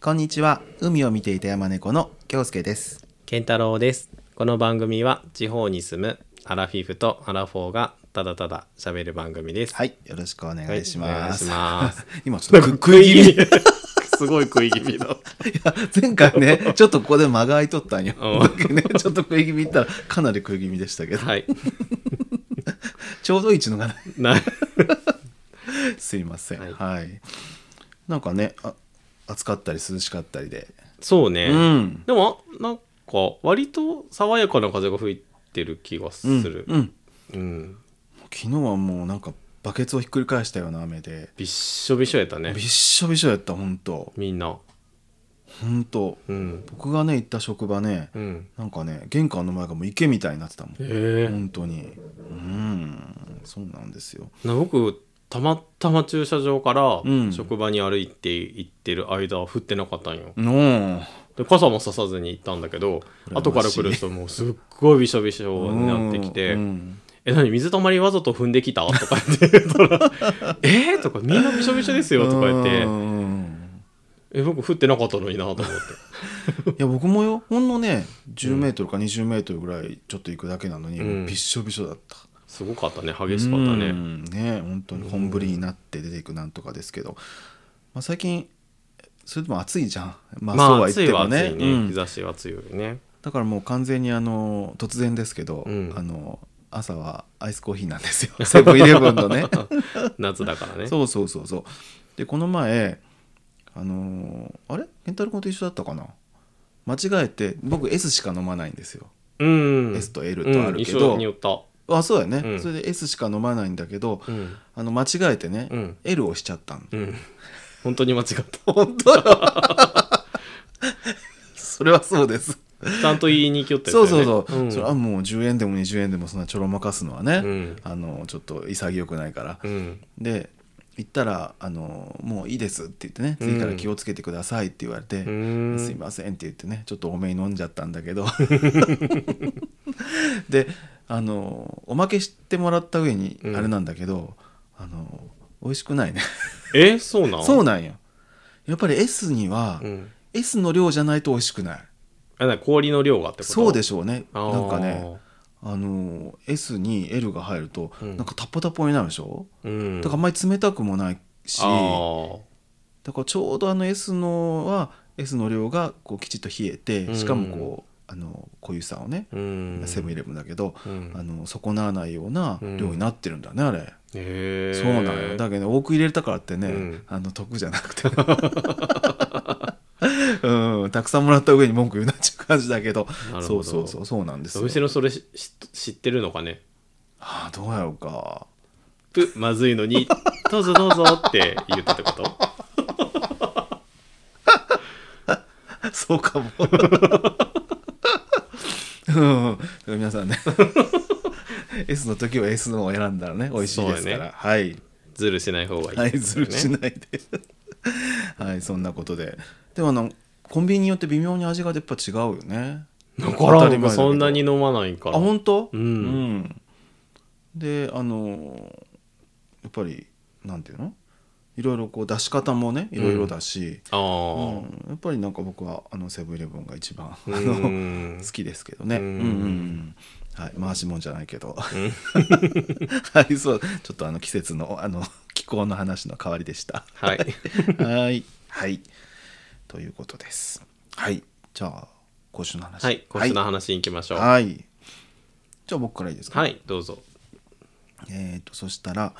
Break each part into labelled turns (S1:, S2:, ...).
S1: こんにちは海を見ていた山猫の京介です
S2: 健太郎ですこの番組は地方に住むアラフィフとアラフォーがただただ喋る番組です、
S1: はいよろしくお願いします,、
S2: はいお願いします
S1: 今ちょっと食
S2: 食
S1: い気味
S2: い気味 すごい食い気味だ
S1: 前回 ねちょっとここで間が空いとったんよ、
S2: う
S1: ね、 ちょっと食い気味いったらかなり食い気味でしたけど、
S2: はい
S1: ちょうどいいのがない
S2: な
S1: すいませんは、
S2: はいい
S1: なんかねあ暑かったり涼しかったりで
S2: そうね、
S1: うん
S2: でもなんか割と爽やかな風が吹いてる気がす
S1: うん
S2: る
S1: う、ん
S2: うん
S1: 昨日はもうなんかバケツをひっくり返したような雨で
S2: びっしょびしょやったね
S1: びっしょびしょやったほんと
S2: みんな
S1: ほんと
S2: うん
S1: 僕がね行った職場ね
S2: うん
S1: なんかね玄関の前がもう池みたいになってたもん
S2: へえ
S1: 本当にうんそうなんですよ
S2: な僕たまたま駐車場から
S1: うん
S2: 職場に歩いて行ってる間は降ってなかったんよ、
S1: の
S2: で傘もささずに行ったんだけど
S1: 羨ましい
S2: 後から来る人もうすっごいびしょびしょになってきて「え何水たまりわざと踏んできた?」とか言って言った ら「えーとか「みんなびしょびしょですよ」とか言って「え僕降ってなかったのにな」と思っ
S1: て
S2: て
S1: いや僕もよほんのね1 0ルか2 0ルぐらいちょっと行くだけなのに、
S2: うん
S1: びっしょびしょだった
S2: すごかったね激しかった
S1: う
S2: ね
S1: んね本当に本降りになって出ていくなんとかですけど、まあ、最近それでも暑いじゃんまあ
S2: ま
S1: そう
S2: あ
S1: は言っ
S2: 暑い
S1: て
S2: は
S1: も
S2: 暑
S1: ね,、
S2: いね、
S1: うん
S2: 日差しは強いね
S1: だからもう完全にあの突然ですけど、
S2: うん
S1: あの朝はアイスコーヒーなんですよ セブンイレブンの ね
S2: 夏だからね
S1: そうそうそうそうでこの前あのーあれ健太郎君と一緒だったかな間違えて僕 S しか飲まないんですよ、
S2: うん、
S1: S と L とあ
S2: うん
S1: るけ
S2: 一
S1: ど、
S2: 緒に言った
S1: あそうだよね、
S2: うん
S1: それで S しか飲まないんだけど
S2: うん
S1: あの間違えてね、
S2: うん
S1: L をしちゃったの
S2: うん本当に間違った
S1: 本当よそれはそうです、
S2: ちゃんと言いに行きよったや つ
S1: そ
S2: だ
S1: う
S2: よ
S1: そ
S2: ね
S1: うそう、
S2: ん
S1: それはもう10円でも20円でもそんなちょろまかすのはね、
S2: うん
S1: あのちょっと潔くないから、
S2: うん
S1: で行ったらあの「もういいです」って言ってね「
S2: うん
S1: 次から気をつけてください」って言われて「
S2: うん
S1: すいません」って言ってねちょっと多めに飲んじゃったんだけ どであのおまけしてもらった上に
S2: うん
S1: あれなんだけど、あの美味しくないね
S2: えそうなん
S1: そうなんよやっぱり S には、
S2: うん
S1: S の量じゃないと美味しくない
S2: あなんか氷の量がってこと
S1: そうで
S2: し
S1: しょうねなんかねあの S に L が入ると、
S2: うん
S1: なんかタッポタポになるでしょ、
S2: うん
S1: だからあんまり冷たくもないし、
S2: あー
S1: だからちょうどあの S のは S の量がこうきちっと冷え
S2: う
S1: て
S2: ん
S1: しかもこう、あの固有さをね
S2: うん
S1: セブンイレブンだけど、
S2: うん
S1: あの損なわないような量になってるんだね、あれ、
S2: へえ
S1: そうなのよだけど、ね、多く入れたからってね、
S2: うん
S1: あの得じゃなくて うんたくさんもらった上に文句言うなっちゃう感じだけど
S2: なるほ
S1: そう
S2: ど
S1: そうそうそうなんです
S2: お
S1: よ
S2: 店のそれしし知ってるのかね
S1: ああどうやろうか
S2: ぷまずいのに どうぞどうぞって言ったってこと
S1: そうかも。うん、皆さんね S の時は S のを選んだらね美味しいですから、
S2: そうだね
S1: はい、
S2: ズルしない方がいい
S1: はい、ずるし
S2: い
S1: ないではいそんなことででもあのコンビニによって微妙に味がやっぱ違うよね
S2: だから僕
S1: だけど
S2: そんなに飲まないか
S1: あ
S2: ら
S1: 本当
S2: うん
S1: んであのやっぱりなんていうのいろいろこう出し方もねいろいろだし、
S2: あ
S1: うん
S2: ー
S1: やっぱりなんか僕はあのセブンイレブンが一番、
S2: う
S1: あの
S2: ん
S1: 好きですけどね。う
S2: うんん
S1: うんうんはい、回しもんじゃないけど。 はい、そう、ちょっとあの季節の、あの気候の話の代わりでした。
S2: はい
S1: はい、はい、ということです。はい、じゃあ、今週の話。
S2: はい今週の
S1: 話。
S2: 話に行きましょうは
S1: はい。じゃあ、僕からいいです
S2: い、
S1: か。
S2: どうぞ
S1: えっと、そしたら。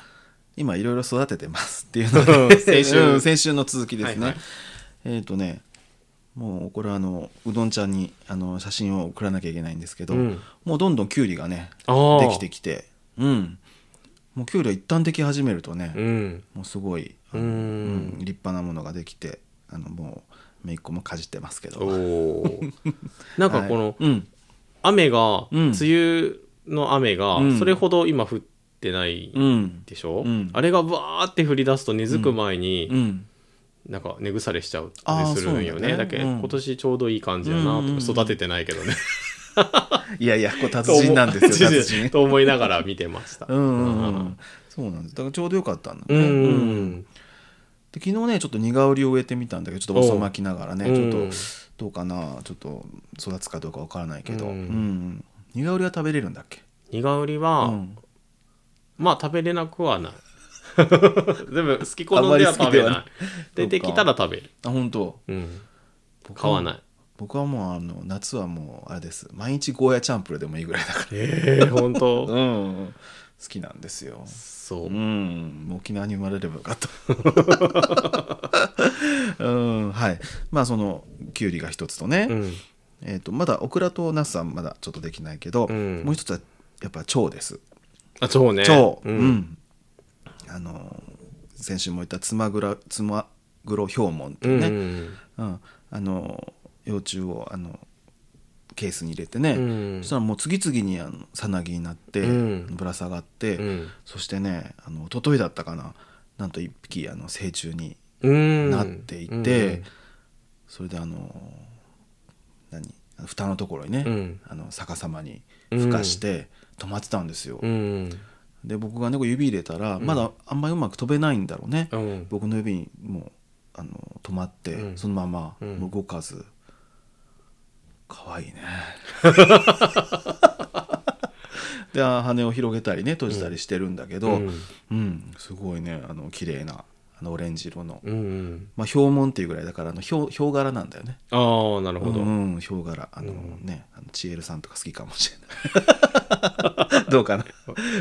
S1: 今いろいろ育ててますっていうの
S2: う
S1: で
S2: ん先週
S1: うん先週の続きですね。
S2: はいはい
S1: えっ、とね。もうこれはあのうどんちゃんにあの写真を送らなきゃいけないんですけど、
S2: うん
S1: もうどんどんきゅうりがね
S2: あー
S1: できてきてうんもうきゅうりは一旦でき始めるとね、
S2: うん
S1: もうすごい、う
S2: う
S1: んん立派なものができてあのもうめいっ子もかじってますけど
S2: おお なんかこの
S1: はいうん
S2: 雨が、
S1: うん
S2: 梅雨の雨が、
S1: うん
S2: それほど今降ってない
S1: うん
S2: でしょ、
S1: うん
S2: あれがバーって降り出すと根付く前に、
S1: うん
S2: なんか根腐れしちゃう
S1: あー
S2: するんよ
S1: そうな
S2: ね
S1: んだね
S2: だけど、
S1: うん
S2: 今年ちょうどいい感じやなと、
S1: うんうんうん
S2: 育ててないけど ね
S1: いやいやこう達人なん ですよ達人
S2: と思いながら見てました
S1: うんうんうんそうなんですだからちょうどよかったんだ
S2: う
S1: ね
S2: んう
S1: うん
S2: ん
S1: で昨日ねちょっと苦織を植えてみたんだけどちょっとおさまきながらね
S2: うん
S1: ちょっとどうかなちょっと育つかどうかわからないけど、
S2: う
S1: うんんうん、苦織は食べれるんだっけ、
S2: 苦売りは、
S1: うん、
S2: まあ食べれなく はないでも好き好んでは
S1: あんまり好
S2: 食
S1: きで
S2: べ
S1: は
S2: な
S1: ない
S2: 出てきたら食べる、
S1: あ本当
S2: うん、
S1: 僕
S2: 買わない
S1: 僕はもうあの夏はもうあれです毎日ゴーヤチャンプルーでもいいぐらいだか
S2: ええ本
S1: ら、う
S2: 当
S1: ん、好きなんですよ、
S2: そううん
S1: もう沖縄に生まれればよ かった。うん、はい。まあそのきゅうりが一つとね、
S2: うん
S1: えっ、とまだオクラとナスはまだちょっとできないけど、
S2: うん
S1: もう一つはやっぱ蝶です。
S2: あそうね
S1: 蝶、
S2: う
S1: うんん、あの先週も言ったつまぐらつまぐろヒョウモンって
S2: う
S1: いうんね、うんあの幼虫をあのケースに入れてね、
S2: うん
S1: そしたらもう次々にあのさなぎになって、
S2: うん
S1: ぶら下がって。
S2: うん
S1: そしてねあの一昨日だったかななんと一匹あの成虫に
S2: うん
S1: なっていて、それであの何あの蓋のところにね、
S2: うん
S1: あの逆さまにふかして止まってたんですよ。
S2: うん
S1: で僕がねこう指入れたら、まだあんまりうまく飛べないんだろうね。
S2: うん
S1: 僕の指にもうあの止まって、
S2: うん
S1: そのまま
S2: うん
S1: もう動かず可 愛いねであ羽を広げたりね閉じたりしてるんだけど、
S2: う
S1: うんんすごいねあの綺麗なあのオレンジ色の、
S2: うんうん
S1: まあ、ヒョウモンっていうぐらいだからあのヒョウヒョウ柄なんだよね
S2: ああなるほど、
S1: うん、ヒョウ柄あのね、あのチエルさんとか好きかもしれない どうかな、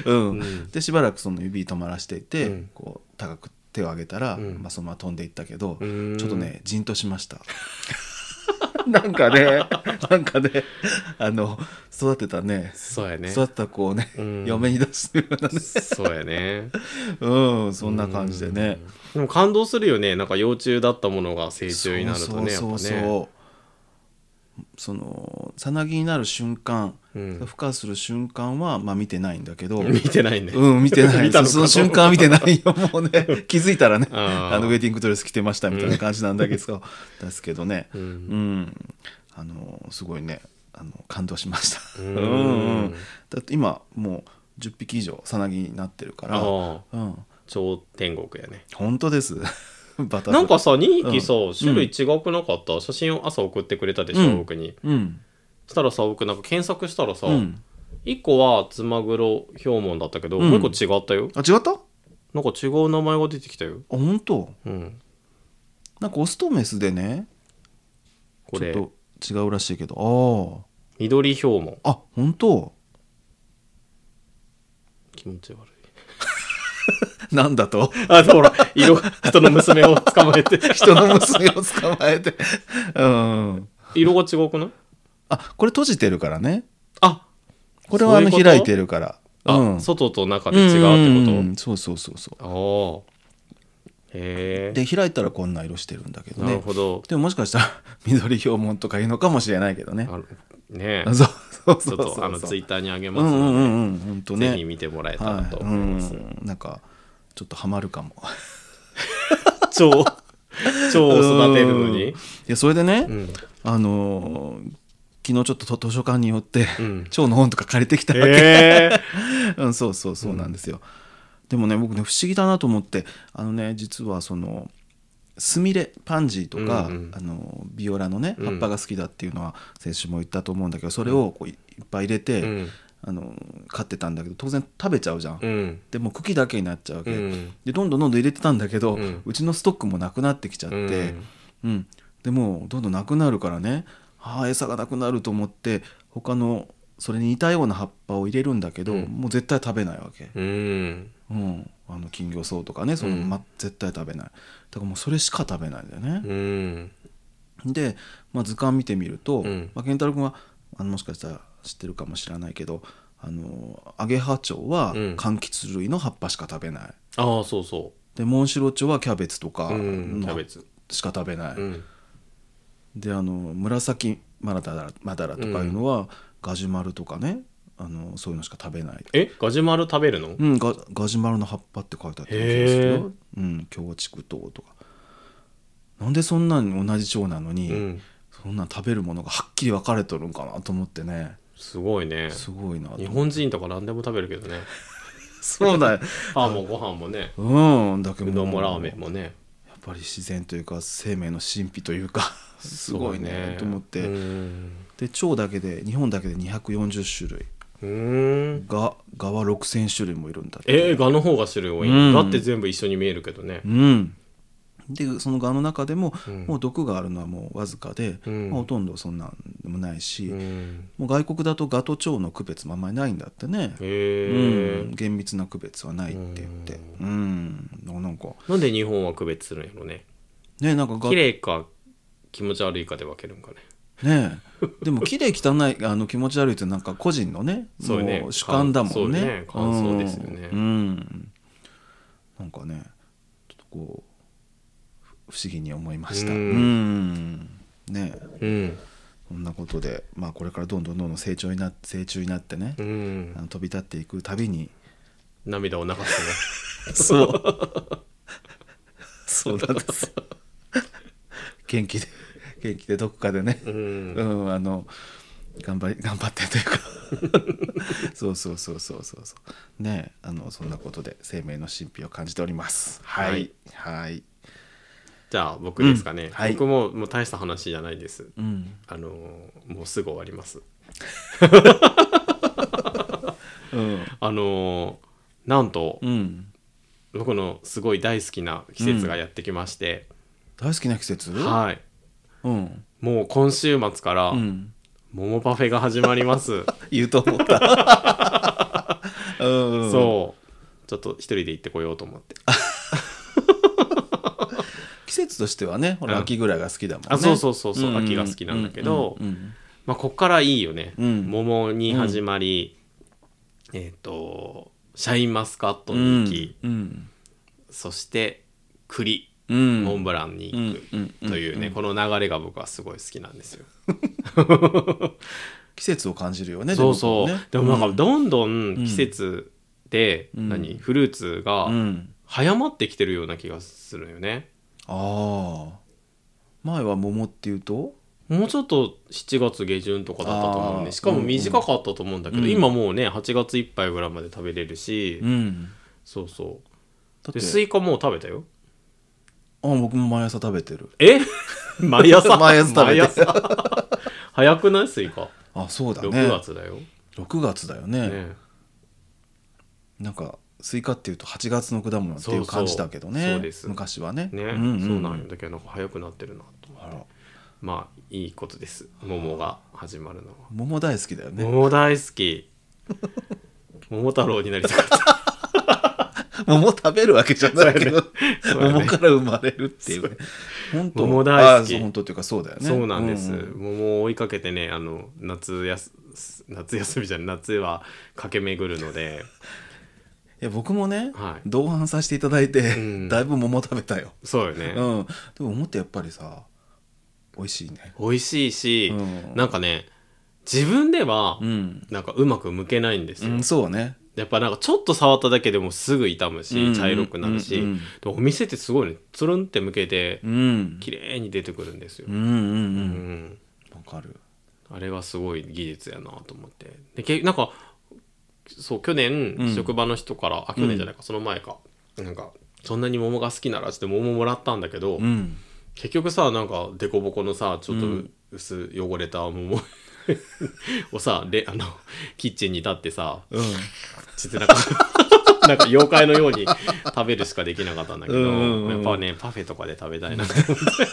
S1: うん
S2: うん
S1: でしばらくその指止まらしていて、
S2: うん
S1: こう高く手を上げたら、
S2: うん
S1: まあ、そのまま飛んでいったけど、
S2: うん
S1: ちょっとねじんとしました なんかね なんかねあの育てたね
S2: そうやね
S1: 育てた子をね、
S2: うん
S1: 嫁に出すようなね
S2: そうやね
S1: うんそんな感じでね、
S2: でも感動するよねなんか幼虫だったものが成虫になるとねやっぱ
S1: そうそうそう
S2: ね
S1: そうそのさなぎになる瞬間、
S2: うん
S1: 孵化する瞬間は、まあ、見てないんだけど
S2: 見てないね
S1: うん見てない
S2: 見たのか
S1: その瞬間は見てないよもう ね気づいたらね
S2: あ
S1: あ
S2: ー
S1: のウェディングドレス着てましたみたいな感じなんだけど、 ですけどね
S2: う
S1: うんん、あのすごいねあの感動しました う
S2: う
S1: んん、うんだって今もう10匹以上さなぎになってるから
S2: ああ
S1: うん
S2: 超天国やね
S1: 本当です バタフライ
S2: なんかさ2匹さ、
S1: うん
S2: 種類違くなかった写真を朝送ってくれたでしょ、
S1: うん
S2: 僕に
S1: うん
S2: したらさ僕なんか検索したらさ、
S1: うん
S2: 1個はつまぐろヒョウモンだったけど、
S1: うん
S2: もう1個違ったよ
S1: あ違った
S2: なんか違う名前が出てきたよ
S1: あ本当
S2: うん
S1: なんかオスとメスでね
S2: こ
S1: ち
S2: れ
S1: ょっと違うらしいけど
S2: 緑ヒョウモン
S1: あああ本当
S2: 気持ち悪い
S1: なんだ と
S2: あほら 色が人の娘を捕まえて
S1: 人の娘を捕まえてうん
S2: 色が違くない
S1: あこれ閉じてるからね
S2: あ
S1: これはあの
S2: そういうこと
S1: 開いてるから
S2: あ、
S1: うん、
S2: 外と中で違うって
S1: んん
S2: こ
S1: んそうそうそうそ
S2: と、ああ
S1: う
S2: へえ
S1: で開いたらこんな色してるんだけど
S2: なる
S1: ね
S2: ほど、
S1: でももしかしたら 緑ヒョウモンとかいうのかもしれないけどね
S2: あのね
S1: あそうそう
S2: ち
S1: そ
S2: ょっ
S1: うそう
S2: とあのツイッターにあげ
S1: う
S2: ます
S1: んう
S2: の
S1: ん
S2: で、
S1: うんうん本当ね
S2: ぜひ見てもらえたら
S1: はい
S2: と
S1: う
S2: 思います。
S1: んなんかちょっとハマるかも
S2: 蝶蝶を育てるのに
S1: うんい。やそれでね、
S2: うん
S1: あのー昨日ちょっとと図書館に寄って、
S2: うん
S1: 蝶の本とか借りてきたわけ、
S2: ええ
S1: うん、そうそうそうなんですよ、でもね僕ね不思議だなと思ってあのね実はそのスミレパンジーとか、
S2: うんうん
S1: あのビオラのね
S2: うん
S1: 葉っぱが好きだっていうのは先週も言ったと思うんだけどそれをこういいっぱい入れて、
S2: うん
S1: あの飼ってたんだけど当然食べちゃうじゃん、
S2: うん
S1: でもう茎だけになっちゃうわけ、
S2: うん
S1: でどんどんどんどん入れてたんだけど、
S2: う
S1: うんちのストックもなくなってきちゃって、う
S2: うん
S1: ん、でもうどんどんなくなるからねああ餌がなくなると思って他のそれに似たような葉っぱを入れるんだけど、
S2: うん
S1: もう絶対食べないわけ、
S2: うん
S1: うん、あの金魚草とかねその、
S2: うん
S1: ま、絶対食べないだからもうそれしか食べないんだよね、
S2: うん
S1: で、まあ、図鑑見てみると、
S2: うん
S1: まあ、健太郎君はあのもしかしたら知ってるかもしれないけどあのアゲハチョウは
S2: うん
S1: 柑橘類の葉っぱしか食べない、
S2: ああそうそ
S1: でモンシロチョウはキャベツとか
S2: う。うん
S1: の
S2: キャベツ。
S1: しか食べない、
S2: うん
S1: であの紫マダラマダラとかいうのは、ガジュマルとかねあのそういうのしか食べない、
S2: えガジュマル食べるの？
S1: うん、ガガジュマルの葉っぱって書いてあったりするよ、うん、京畜糖とかなんでそんなに同じ蝶なのに、
S2: うん
S1: そんなん食べるものがはっきり分かれとるんかなと思ってね
S2: すごいね。
S1: すごいなと
S2: 日本人とか何でも食べるけどね。
S1: そうだよ
S2: パンもご飯もね、
S1: うんだけど
S2: うどんもラーメンもね。
S1: やっぱり自然というか 生命の神秘というかすごいねと思って、
S2: うん
S1: で腸だけで日本だけで240種類
S2: うん
S1: が蛾は6,000種類もいるんだって
S2: えー、蛾の方が種類多い、
S1: うん
S2: だって全部一緒に見えるけどね
S1: うん、でその蛾の中でも、
S2: うん
S1: もう毒があるのはもうわずかで、
S2: うん
S1: まあほとんどそんなんでもないし、
S2: うん
S1: もう外国だと蛾と蝶の区別もあんまりないんだってね、う
S2: へえ
S1: ん、厳密な区別はないって言ってうん、なんか
S2: なんで日本は区別するんやろね
S1: ねなんか蛾
S2: 綺麗か気持ち悪いかで分けるんかね
S1: ねえでも綺麗汚い あの気持ち悪いってなんか個人のね
S2: そうね
S1: もう主観だもんね
S2: 感そうね感想ですよね
S1: うん、うんなんかねちょっとこうふ不思議に思いました
S2: う
S1: うんんねえ
S2: うん
S1: こんなことで、まあ、これからどんどんどんどん成長にな成虫になってね、
S2: うん
S1: あの飛び立っていくたびに
S2: 涙を流す ね
S1: そう そうなんです 元気で元気でどこかでね、
S2: うん
S1: うん、あの頑張り頑 張ってというか そうそうそうそうそうそうねえあのそんなことで生命の神秘を感じておりますはいはい、
S2: じゃあ僕ですかね、
S1: うんはい
S2: 僕ももう大した話じゃないです
S1: うん
S2: あのーもうすぐ終わります
S1: うん
S2: あのーなんと、
S1: うん、
S2: 僕のすごい大好きな季節がやってきまして、
S1: 大好きな季節
S2: はい
S1: うん
S2: もう今週末から
S1: うん、
S2: 桃パフェが始まります、
S1: 言うと思った うん
S2: そうちょっと一人で行ってこようと思って
S1: 季節としてはねほ
S2: う
S1: ら
S2: ん
S1: 秋ぐらいが好きだもんね、
S2: あそうそうそうそうん秋が好きなんだけど
S1: うんうん
S2: まあこっからいいよね、
S1: うん
S2: 桃に始まり、えっ、とシャインマスカットに行き、
S1: うん
S2: そして栗
S1: うん
S2: モンブランに行
S1: うんうんう
S2: く
S1: ん
S2: というね、この流れが僕はすごい好きなんですよ。
S1: 季節を感じるよね
S2: そうそう
S1: でもね
S2: でもなんかどんどん季節で、
S1: うん
S2: 何フルーツが
S1: うん
S2: 早まってきてるような気がするよね。
S1: ああ前は桃っていうと
S2: もうちょっと7月下旬とかだったと思うん
S1: あー
S2: でしかも短かったと思うんだけど、
S1: うんうん
S2: 今もうね8月いっぱいぐらいまで食べれるし、
S1: ん
S2: そうそ
S1: だっ
S2: うで
S1: て
S2: スイカもう食べたよ
S1: あ僕も毎朝食べてる
S2: え 毎朝
S1: 毎朝食べてる
S2: 朝 早くないスイカ
S1: あそうだね
S2: 6月だよ、
S1: 6月だよね
S2: ね
S1: なんかスイカっていうと8月の果物って
S2: そ
S1: い
S2: うそう
S1: う感じだけどね
S2: そうです
S1: 昔はね
S2: ね、
S1: うんうん、
S2: そうなんよだけどなんか早くなってるなと
S1: あら
S2: まあいいことです桃が始まるのは
S1: 桃大好きだよね
S2: 桃大好き桃太郎になりたかった
S1: 桃食べるわけじゃないけど、
S2: そうだね
S1: 桃から生まれるっていうね本当
S2: 桃大好き
S1: あそう本当っていうかそうだよね
S2: そうなんです、
S1: う
S2: 桃を追いかけてねあの夏やす夏休みじゃない夏は駆け巡るの で
S1: いや僕もね、
S2: はい
S1: 同伴させていただいて、
S2: ん
S1: だいぶ桃食べたよ、
S2: そうよ
S1: う
S2: ね
S1: ん、、でも桃ってやっぱりさ美味しいね
S2: 美味しいし、
S1: うん
S2: なんかね自分では、
S1: うん、
S2: なんかうまく剥けないんですよ、
S1: うん、そうね
S2: やっぱなんかちょっと触っただけでもすぐ傷むし、
S1: うん
S2: 茶色くなるし、
S1: うんうん
S2: でお店ってすごいねつるんって剥けて
S1: うん
S2: 綺麗に出てくるんですよ、
S1: うんうんう
S2: うん
S1: んわかる
S2: あれはすごい技術やなと思ってでけなんかそう去年、
S1: うん
S2: 職場の人からあ去年じゃないか、その前かなんかそんなに桃が好きならちょっと桃もらったんだけど、
S1: うん
S2: 結局さなんか凸凹のさちょっと
S1: う
S2: う薄汚れた桃をさであのキッチンに立ってさ
S1: うん
S2: ちょっとなん かなんか妖怪のように食べるしかできなかったんだけど、
S1: うんうんうん
S2: やっぱねパフェとかで食べたいなって 思って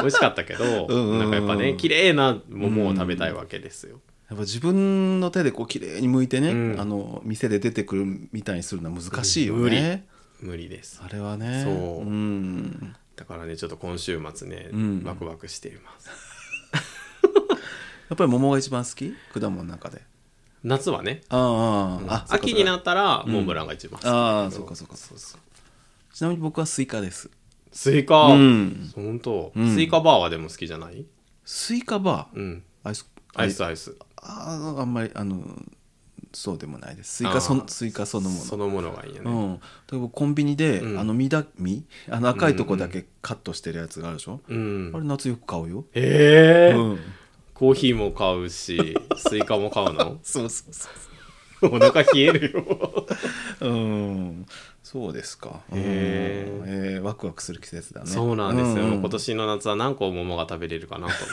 S2: 美味しかったけど、
S1: うんうんうん
S2: なんかやっぱね綺麗な桃を食べたいわけですよ、
S1: やっぱ自分の手でこう綺麗に剥いてね、
S2: うん
S1: あの店で出てくるみたいにするのは難しいよ
S2: 無理
S1: ね、
S2: 無理です
S1: あれはね
S2: そうんだからねちょっと今週末ね、
S1: うん
S2: ワクワクしています
S1: やっぱり桃が一番好き果物の中で
S2: 夏はね
S1: ああ、あそっか
S2: 秋になったらモンブランが一番好きだけど
S1: ああそうかそうかそうそうちなみに僕はスイカです
S2: スイカ、
S1: うん
S2: 本当、
S1: うん
S2: スイカバーはでも好きじゃない
S1: スイカバー
S2: うん
S1: アイス
S2: アイスアイス
S1: あああんまりあのそうでもないですスイカそ
S2: あ
S1: の
S2: ー
S1: スイカそのもの
S2: そのものがいいよ
S1: う
S2: ね
S1: ん、例えばコンビニで、
S2: うん
S1: あの実だ実あの赤いとこだけカットしてるやつがあるでしょ、
S2: うん、
S1: あれ夏よく買うよ、
S2: ええ
S1: うん、
S2: コーヒーも買うし、スイカ も買うの
S1: そうそうそ
S2: お腹冷えるよ。
S1: う、うん、そうですか。
S2: へー
S1: うんえーワクワクする季節だね。
S2: そうなんですよ、
S1: う
S2: 今年の夏は何個桃が食べれるかなと思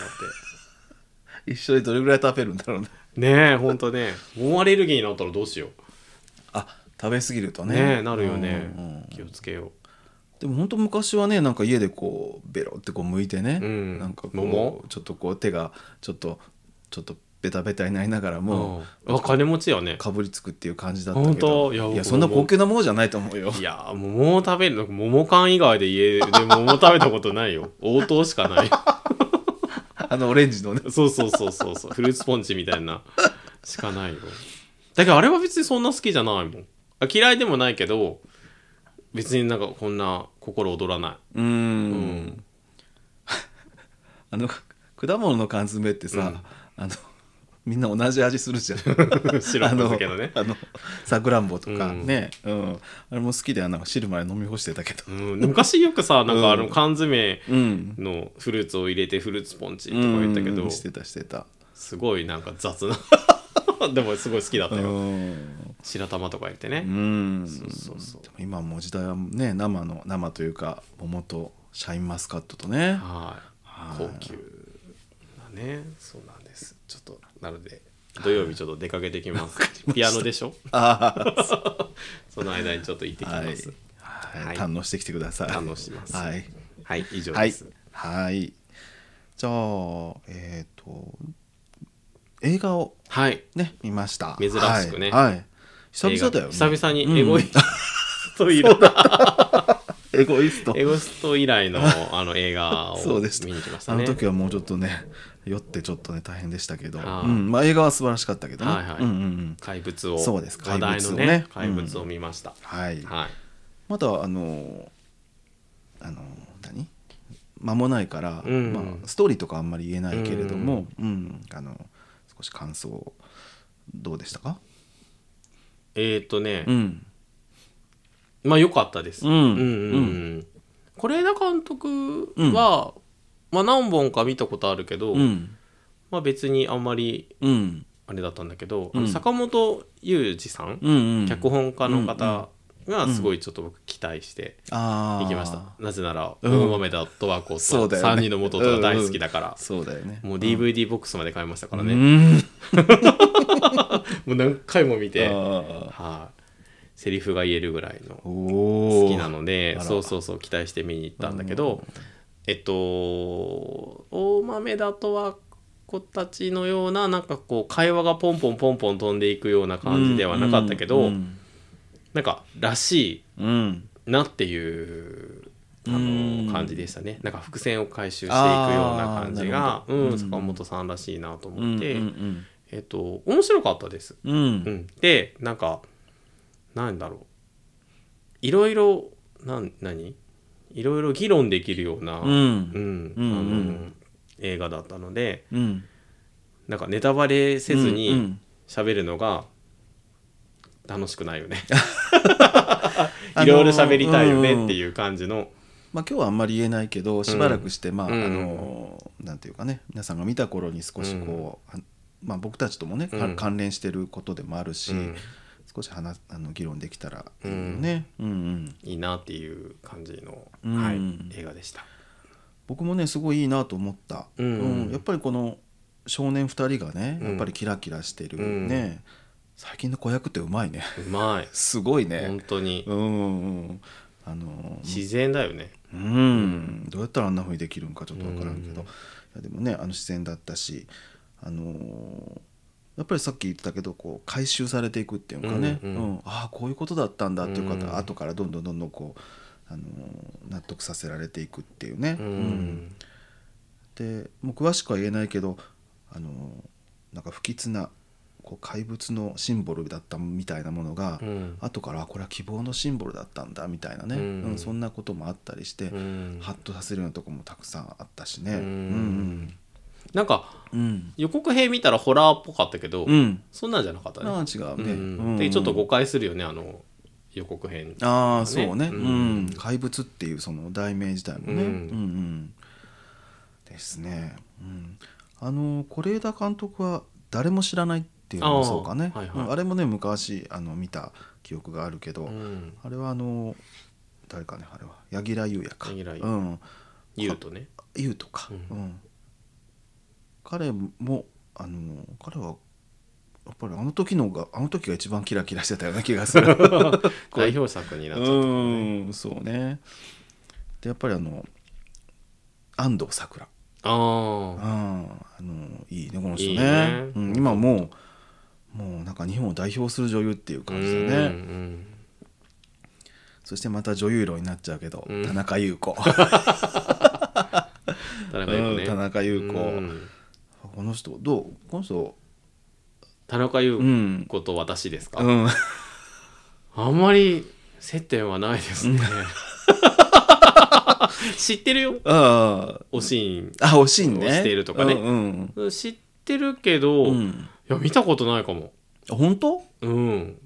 S1: 一緒にどれぐらい食べるんだろうね。
S2: ってねえほんとね桃アレルギーになったらどうしよ
S1: あ、食べ過ぎると
S2: う
S1: ね。
S2: ねえなるよね、
S1: うんうん
S2: 気をつけよ
S1: でも本当昔はね、なんか家でこうベロってこう剥いてね、
S2: うん
S1: なんかこう
S2: 桃
S1: ちょっとこう手がちょっとちょっとベタベタになりながら
S2: う、
S1: も
S2: うんあ金持ちよね
S1: かぶりつくっていう感じだったけ
S2: 本
S1: ど、
S2: 当いや
S1: い
S2: 僕
S1: や
S2: も
S1: そんな高級なものじゃないと思うよ。
S2: いやー桃を食べるの桃缶以外で家で桃食べたことないよ応答しかない
S1: あのオレンジのね。
S2: そうそうそうそうそうフルーツポンチみたいなしかないよだけどあれは別にそんな好きじゃないもんあ嫌いでもないけど別になんかこんな心躍らな
S1: うー。
S2: いうんん
S1: あの果物の缶詰ってさ、あのみんな同じ味するじゃん。
S2: 白く漬けのね
S1: あのあのさくらんぼとか
S2: うん
S1: ね、うんあれも好きであの汁まで飲み干してたけど、
S2: うん、昔よくさなんかあ
S1: う
S2: の
S1: ん
S2: 缶詰
S1: うん、
S2: のフルーツを入れてフルーツポンチとか言ったけど、
S1: うんしてたしてた、
S2: すごいなんか雑な でもすごい好きだった
S1: う
S2: よ、
S1: ん
S2: 白玉とか入れてね、
S1: うん、
S2: そうそうそう
S1: でも今もう時代はね生の生というか桃とシャインマスカットとね
S2: はい、
S1: はい
S2: 高級だねそうなんですちょっとなので土曜日ちょっと出かけてきますピアノでしょ
S1: あ
S2: その間にちょっと行って
S1: あ
S2: き
S1: は
S2: ま
S1: い
S2: す、
S1: はい、
S2: はい
S1: 堪能してきてください
S2: 堪能します
S1: はい
S2: はい、以上
S1: は
S2: で
S1: い
S2: す、
S1: はいじゃあえっ、と映画を
S2: はい、
S1: ね見ました
S2: 珍しくね
S1: はい、はい久々だよね
S2: 久々に
S1: うん
S2: エゴイスト以来、
S1: エゴイスト
S2: エゴイスト以来のあの映画を
S1: そうでした
S2: 見に来まし
S1: あ
S2: た
S1: の
S2: ね
S1: 時はもうちょっとね酔ってちょっとね大変でしたけど、
S2: ああ
S1: うんまあ、映画は素晴らしかったけどね、
S2: はいはい
S1: うんうんうん
S2: 怪物を
S1: そうです
S2: 話題のね
S1: 怪
S2: 怪物
S1: 物をね
S2: を見ました、
S1: はい、
S2: はい
S1: まだあのーあのー何間もないから、
S2: うん
S1: まあ、ストーリーとかあんまり言えないけれども、うんあの少し感想どうでしたか、
S2: えっ、ー、とね、
S1: ん
S2: まあ良かったです、
S1: うん
S2: うんうんうん是枝監督は、まあ何本か見たことあるけど、
S1: うん
S2: まあ、別にあんまり
S1: うん
S2: あれだったんだけど、
S1: うん
S2: あの坂本雄二さん、
S1: うんうん
S2: 脚本家の方がすごいちょっと僕期待して
S1: ああ
S2: 行きました、なぜなら
S1: うん
S2: 大豆だと和子と
S1: そうだよね
S2: 3人の元とが大好きだから、
S1: そうだよね
S2: もう DVD ボックスまで買いましたからね、
S1: う
S2: も
S1: ん
S2: う何回も見て、はい、
S1: ああ
S2: セリフが言えるぐらいの
S1: おお
S2: 好きなので
S1: あら
S2: そうそうそう期待して見に行ったんだけど、えっと大豆だとは子たちのようななんかこう会話がポンポンポンポン飛んでいくような感じではなかったけど、
S1: うん
S2: なんからし
S1: うんうん
S2: いなっていう。あ
S1: うん
S2: の感じでしたねなんか伏線を回収していくような感じが
S1: あ、ーなるほど
S2: う
S1: うん
S2: ん、坂本さんらしいなと
S1: うん
S2: 思って、
S1: うん
S2: えっと面白かったです
S1: うんうん
S2: うん、でなんかなんだろういろいろなん何いろいろ議論できるような、
S1: う
S2: う
S1: ん
S2: んあ
S1: うんう
S2: の
S1: ん
S2: 映画だったので
S1: うん
S2: なんかネタバレせず
S1: うんう
S2: に
S1: ん
S2: 喋るのが楽しくない よね
S1: あのー
S2: いろいろ喋りたいよねっていう感じの、
S1: まあ今日はあんまり言えないけどしばらくしてまああ
S2: うん
S1: のなんていうかね皆さんが見た頃に少しこうあまあ僕たちともね
S2: うん
S1: 関連してることでもあるし
S2: うん
S1: 少し話あの議論できたらいいよねうんうん
S2: いいなっていう感じの、
S1: うん
S2: はい、映画でした。
S1: 僕もねすごいいいなと思った
S2: うん
S1: うんやっぱりこの少年2人がね
S2: うん
S1: やっぱりキラキラしてるね最近の子役ってうまいね
S2: うまい
S1: すごい
S2: 本
S1: ね
S2: 当に
S1: うんうんうんあの
S2: 自然だよね。
S1: うん、どうやったらあんなふうにできるんかちょっと分からんけど、
S2: う
S1: い
S2: ん
S1: やでもねあの自然だったし、あのーやっぱりさっき言ってたけどこう回収されていくっていうのかね、
S2: う
S1: うんん
S2: うん
S1: ああこういうことだったんだっていう方、
S2: うん
S1: 後からどんどんどんどんこう、あのー納得させられていくっていうね。
S2: う
S1: うん
S2: ん
S1: でもう詳しくは言えないけど、あのーなんか不吉なこう怪物のシンボルだったみたいなものが、
S2: うん
S1: 後からあこれは希望のシンボルだったんだみたいなね、
S2: う
S1: うんんそんなこともあったりして。
S2: うん
S1: ハッとさせるようなとこもたくさんあったしね。
S2: う
S1: うんん
S2: なんか
S1: うんうん
S2: 予告編見たらホラーっぽかったけど、
S1: うん。
S2: そんなんじゃなかった
S1: なあ
S2: ね
S1: 違う
S2: う
S1: ね。
S2: ん
S1: うん
S2: でちょっと誤解するよねあの予告編
S1: ああそうね。
S2: ね
S1: う
S2: うん
S1: ん怪物っていうその題名自体もね。う
S2: う
S1: んんうんですね。うんあの是枝監督は誰も知らないってっていうのもそうかね
S2: あ
S1: あ,、
S2: ーはいはい
S1: れもね昔あの見た記憶があるけど、
S2: うん
S1: あれはあの誰かねあれは柳楽優弥か
S2: 柳楽優
S1: う
S2: 弥
S1: ん、
S2: 言うとね
S1: 優とか、
S2: う
S1: うんん彼もあの彼はやっぱりあの時のがあの時が一番キラキラしてたような気がす るこう
S2: 代表作になっちゃった
S1: うんそうねでやっぱりあの安藤サクラ
S2: ああ
S1: ああのいいねこの人ね
S2: いいね
S1: うん、今もうもうなんか日本を代表する女優っていう感じだね、
S2: うん
S1: そしてまた女優論になっちゃうけど、
S2: うん
S1: 田中優子、
S2: うん田中優子
S1: う
S2: ね
S1: ん田中優子、
S2: うん
S1: この人どうこの人
S2: 田中優
S1: うん、
S2: 子と私ですか、
S1: うん、
S2: あんまり接点はないですね 知ってるよ
S1: あ
S2: おシ
S1: ああおしんね
S2: しているとかね
S1: うん
S2: ーン知ってるけど、
S1: うん、う
S2: い
S1: ん、
S2: や見たことないかも
S1: あ本当
S2: うん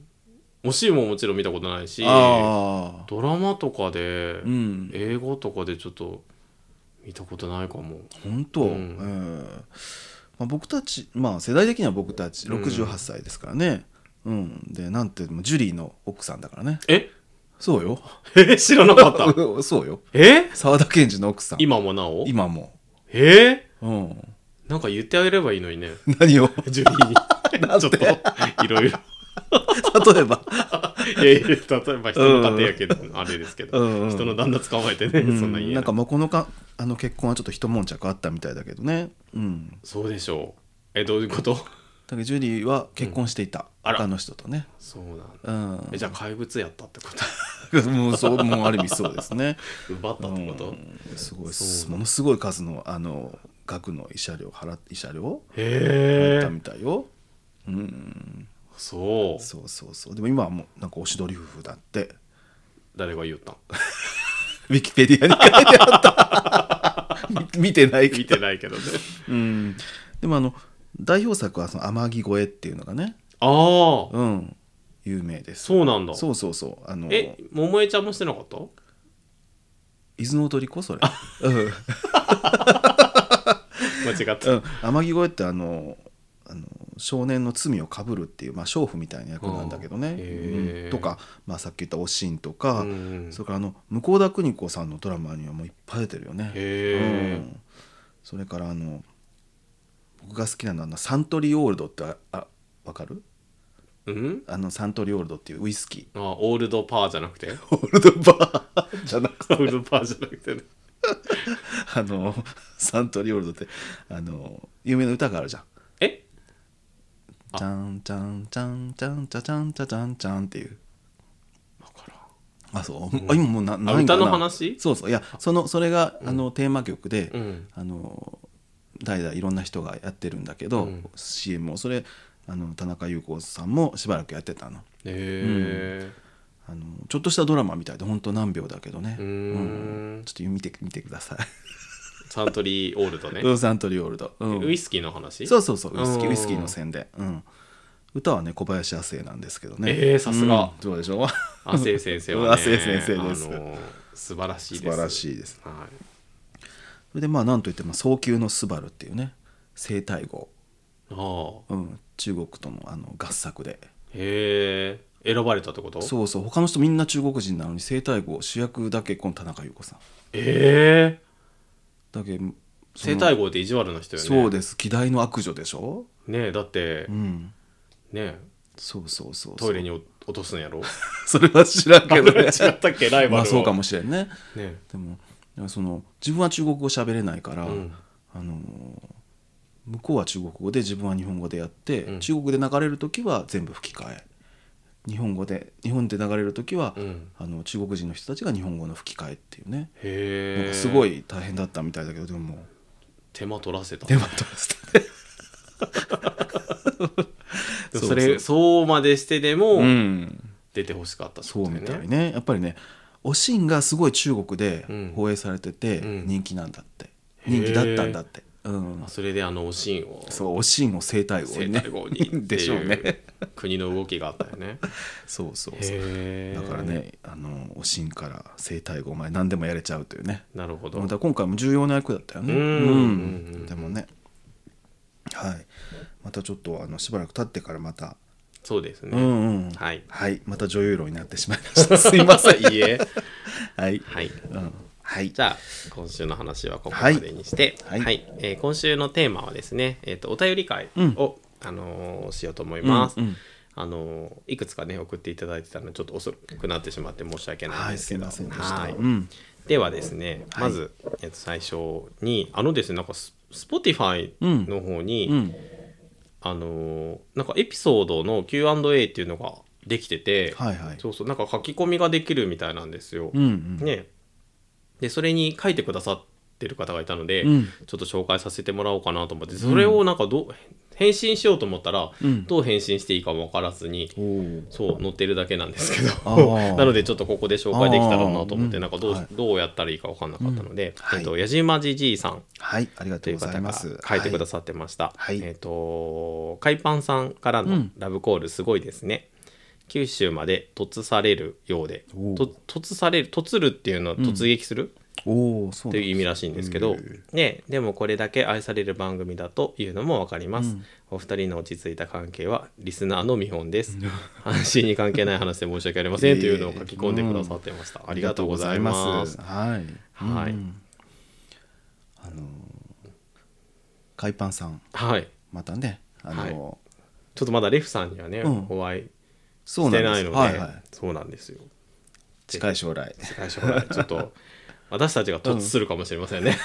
S2: おシーンももちろん見たことないし
S1: ああ
S2: ドラマとかで、
S1: うん
S2: 英語とかでちょっと見たことないかも
S1: 本当、
S2: うん
S1: ええまあ、僕たちまあ世代的には僕たち
S2: うん
S1: 68歳ですからねうん、でなんてもジュリーの奥さんだからね
S2: え
S1: そうよ
S2: え 知らなかった
S1: そうよ
S2: え
S1: 沢田研二の奥さん
S2: 今もなお
S1: 今も、
S2: え
S1: うん、
S2: ーなんか言ってあげればいいのに ね
S1: 何を
S2: ジュリーにちょっといろ いろ
S1: 例えば
S2: いやいや例えば人の家庭やけど、あれですけど、
S1: うんうん
S2: 人の旦那捕まえてね、 そんな
S1: う
S2: 家
S1: んなんかまあこのかあの結婚はちょっと一悶着あったみたいだけどね、うん、
S2: そうでしょうえどういうこと
S1: だけどジュリーは結婚していた、
S2: あら
S1: 他の人とね、
S2: そうなんだ
S1: うん、
S2: えじゃあ怪物やったってこと
S1: もうそうもうある意味そうです ね。
S2: 奪ったってこと、
S1: うんすごい
S2: そう
S1: ものすごい数のあの額の慰謝料払って慰謝料払っ
S2: へ
S1: た
S2: え
S1: みたいよ。うん、
S2: そう
S1: そうそうそうでも今はもうなんかおしどり夫婦だって
S2: 誰が言ったん
S1: ウィキペディアに書いてあった 見見てないけ
S2: 見
S1: ど、
S2: てないけどね
S1: うん、でもあの代表作はその天城越えっていうのがね、
S2: ああ
S1: うん、有名です
S2: そうなんだ
S1: そうそうそうあの
S2: え桃江ちゃんもしてなかった
S1: 伊豆の踊り子 それ、うん
S2: 間違った、
S1: うん、天城越えってあのあの少年の罪をかぶるっていう、まあ、娼婦みたいな役なんだけどね
S2: あー。へー
S1: うんとか、まあ、さっき言ったおしんとか、
S2: うん
S1: それからあの向田邦子さんのドラマにはもういっぱい出てるよね。
S2: へー
S1: うんそれからあの僕が好きなのはあのサントリーオールドってああわかる
S2: うん
S1: あのサントリーオールドっていうウイスキ
S2: あオールドパーじゃなく て
S1: ー。オールドバーじゃなくて
S2: オールドパーじゃなくてね
S1: あのサントリーオールドってあの有名な歌があるじゃん。
S2: え
S1: ちゃんちゃんちゃんちゃんちゃちゃんちゃちゃんちゃんっていう。
S2: 分から
S1: あそう、あ今もうなない
S2: んあ
S1: んか
S2: 歌
S1: な
S2: の話
S1: そうそういやそのそれが、あのテーマ曲で、
S2: うん
S1: あの代々いろんな人がやってるんだけど、
S2: うん
S1: CM をそれあの田中裕子さんもしばらくやってたの
S2: へえ
S1: あのちょっとしたドラマみたいで本当何秒だけどね
S2: うーん
S1: うんちょっと見て見てください
S2: サントリーオールド ね
S1: ウサントリーオールド、うん
S2: ウイスキーの話
S1: そうそうそうウイスキー
S2: うん
S1: ウイスキーの宣伝、うん、歌はね小林亜生なんですけどね
S2: えーさすが
S1: うんそうでしょ
S2: 亜生先生は、ね、
S1: 亜生先生です
S2: あのー素晴らしい
S1: 素
S2: です
S1: 晴らし
S2: い、
S1: いです
S2: は
S1: それでまあなんといっても早急の「スバルっていうね生態号、
S2: い、ああ
S1: うん、中国とのあの合作で
S2: へえ選ばれたってことう
S1: そうそう他の人みんな中国人なのに生態号主役だけこの田中裕子さん
S2: ええ
S1: だけ
S2: 生態号って意地悪な人よね
S1: そうです希代の悪女でしょ
S2: ねえだって
S1: う
S2: ね
S1: ん
S2: え
S1: そうそうそうそう
S2: トイレに落落とすん やろ
S1: それは知らんけど
S2: 違
S1: ね
S2: ったっ けライバルを
S1: まあそうか
S2: ね
S1: もしれんね
S2: え
S1: でもその自分は中国語喋れないから、
S2: うん
S1: あのー向こうは中国語で自分は日本語でやって、
S2: うん
S1: 中国で流れる時は全部吹き替え日本語で日本で流れる時は、
S2: うん
S1: あの中国人の人たちが日本語の吹き替えっていうね、
S2: へえ
S1: なんかすごい大変だったみたいだけどでももう
S2: 手間取らせた
S1: 手間取らせてね
S2: でもそれそうまでしてで
S1: う
S2: も
S1: ん
S2: 出てほしかったって
S1: そ
S2: こ
S1: う
S2: とだよ
S1: み
S2: ね
S1: たいねやっぱりねおしんがすごい中国で
S2: うん
S1: 放映されてて
S2: うん
S1: 人気なんだって、
S2: へー
S1: 人気だったんだって、うん
S2: あ、それであのおしんを
S1: そうおしんを生態号
S2: 生
S1: にね
S2: 態号にっていう
S1: でしょうね
S2: 国の動きがあったよね
S1: そうそうそう
S2: へえ
S1: だからねあのおしんから生態号まで何でもやれちゃうというね
S2: なるほ
S1: だ
S2: ど
S1: から今回も重要な役だったよね
S2: うん
S1: うんでもねはい、まあ、またちょっとあのしばらく経ってからまた、
S2: そうですね、
S1: うんうん
S2: はい
S1: はい、また女優論になってしまいましたすいません
S2: いいえ
S1: はい、
S2: はい
S1: うん、はい
S2: じゃあ今週の話はここまでにして、
S1: は
S2: はいい
S1: はい
S2: えー今週のテーマはですね、えー、とお便り会
S1: うん
S2: を、あのーしようと思います。
S1: うんうん
S2: あのーいくつかね送っていただいてたのでちょっと遅くなってしまって申し訳ないん
S1: は
S2: で
S1: い
S2: す
S1: す
S2: け
S1: い
S2: ど、
S1: ませんでした、
S2: はい
S1: うん、
S2: ではですねまず、えー、と最初にあのですねなんかス Spotify
S1: うん
S2: の方に、
S1: うん、
S2: あのーなんかエピソードの Q&A っていうのができてて、
S1: はいはい
S2: そうそうなんか書き込みができるみたいなんですよ。
S1: うんうん
S2: ね、でそれに書いてくださってる方がいたので、
S1: うん
S2: ちょっと紹介させてもらおうかなと思ってそれをなんかどう返信しようと思ったら、
S1: うん
S2: どう返信していいかも分からずに
S1: おー
S2: そう載ってるだけなんですけ
S1: あ
S2: ど
S1: ー
S2: なのでちょっとここで紹介できたらなと
S1: あ
S2: 思っ
S1: ーう
S2: て
S1: ん
S2: なんかどう,、
S1: はい
S2: どうやったらいいか分かんなかったので、
S1: うんはい
S2: えっと矢島じじいさん
S1: はいありが
S2: と
S1: と
S2: いうう
S1: ござ
S2: 方
S1: い
S2: が
S1: ます
S2: 書いてくだ
S1: さ
S2: さってました。
S1: はい
S2: えっ、と、海パンさんから
S1: う
S2: の
S1: ん
S2: ラブコールすごいですね。九州まで突されるようで、
S1: おう
S2: と突される、突るっていうのは突撃する
S1: い、おおそう
S2: っていう意味らしいんですけど、ね、でもこれだけ愛される番組だというのもわかります。お二人の落ち着いた関係はリスナーの見本です。話に関係ない話で申し訳ありま せんというのを書き込んでくださってました。ありがとうございます。
S1: はい
S2: はい
S1: うんあのー海パンさん
S2: はい。
S1: またねあのー、
S2: ちょっとまだレフさんにはね、
S1: うん
S2: お会い
S1: そ
S2: し
S1: うな
S2: て
S1: んで
S2: な
S1: す
S2: いので、
S1: はいはい
S2: そうなんですよ。
S1: 近い将来
S2: 近い将来ちょっ と私たちが突するかもしれませんね。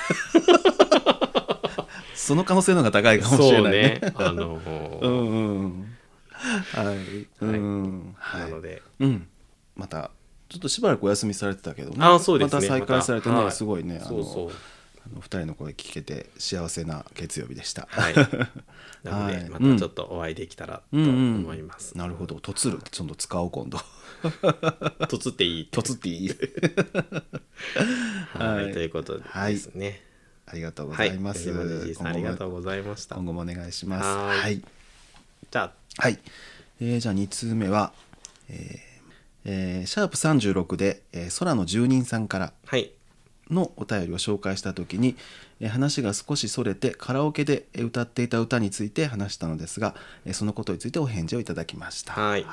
S1: その可能性の方が高いかもしれ
S2: そう
S1: ないね
S2: ね。 あの
S1: う
S2: ー
S1: んうんうんはいうんは
S2: ないので、
S1: うんまたちょっとしばらくお休みされてたけどね
S2: あそうですね
S1: また再開されてね、
S2: またはい
S1: すごいねあ
S2: そ
S1: の
S2: うそう。
S1: あの二人の声聞けて幸せな月曜日でした、
S2: はい。なので、
S1: はい
S2: またちょっとお会いできたらと思います。
S1: なるほど「とつる」ちょっと使おう今度
S2: 突っていいっ
S1: 「
S2: て
S1: とつ」っていい
S2: は い
S1: はい
S2: ということですね。
S1: ありがとうござ
S2: はい。
S1: います、
S2: 藤森じいさんありがとう
S1: ご
S2: ございました
S1: 今。後もお願いします
S2: はい
S1: はい
S2: じゃ
S1: はい、えーじゃあ2通目は、えーえーシャープ36で、えー空の住人さんから
S2: あ、はい。
S1: のお便りを紹介した時に、えー話が少しそれてカラオケでえー歌っていた歌について話したのですが、えーそのことについてお返事をいただきました。
S2: はい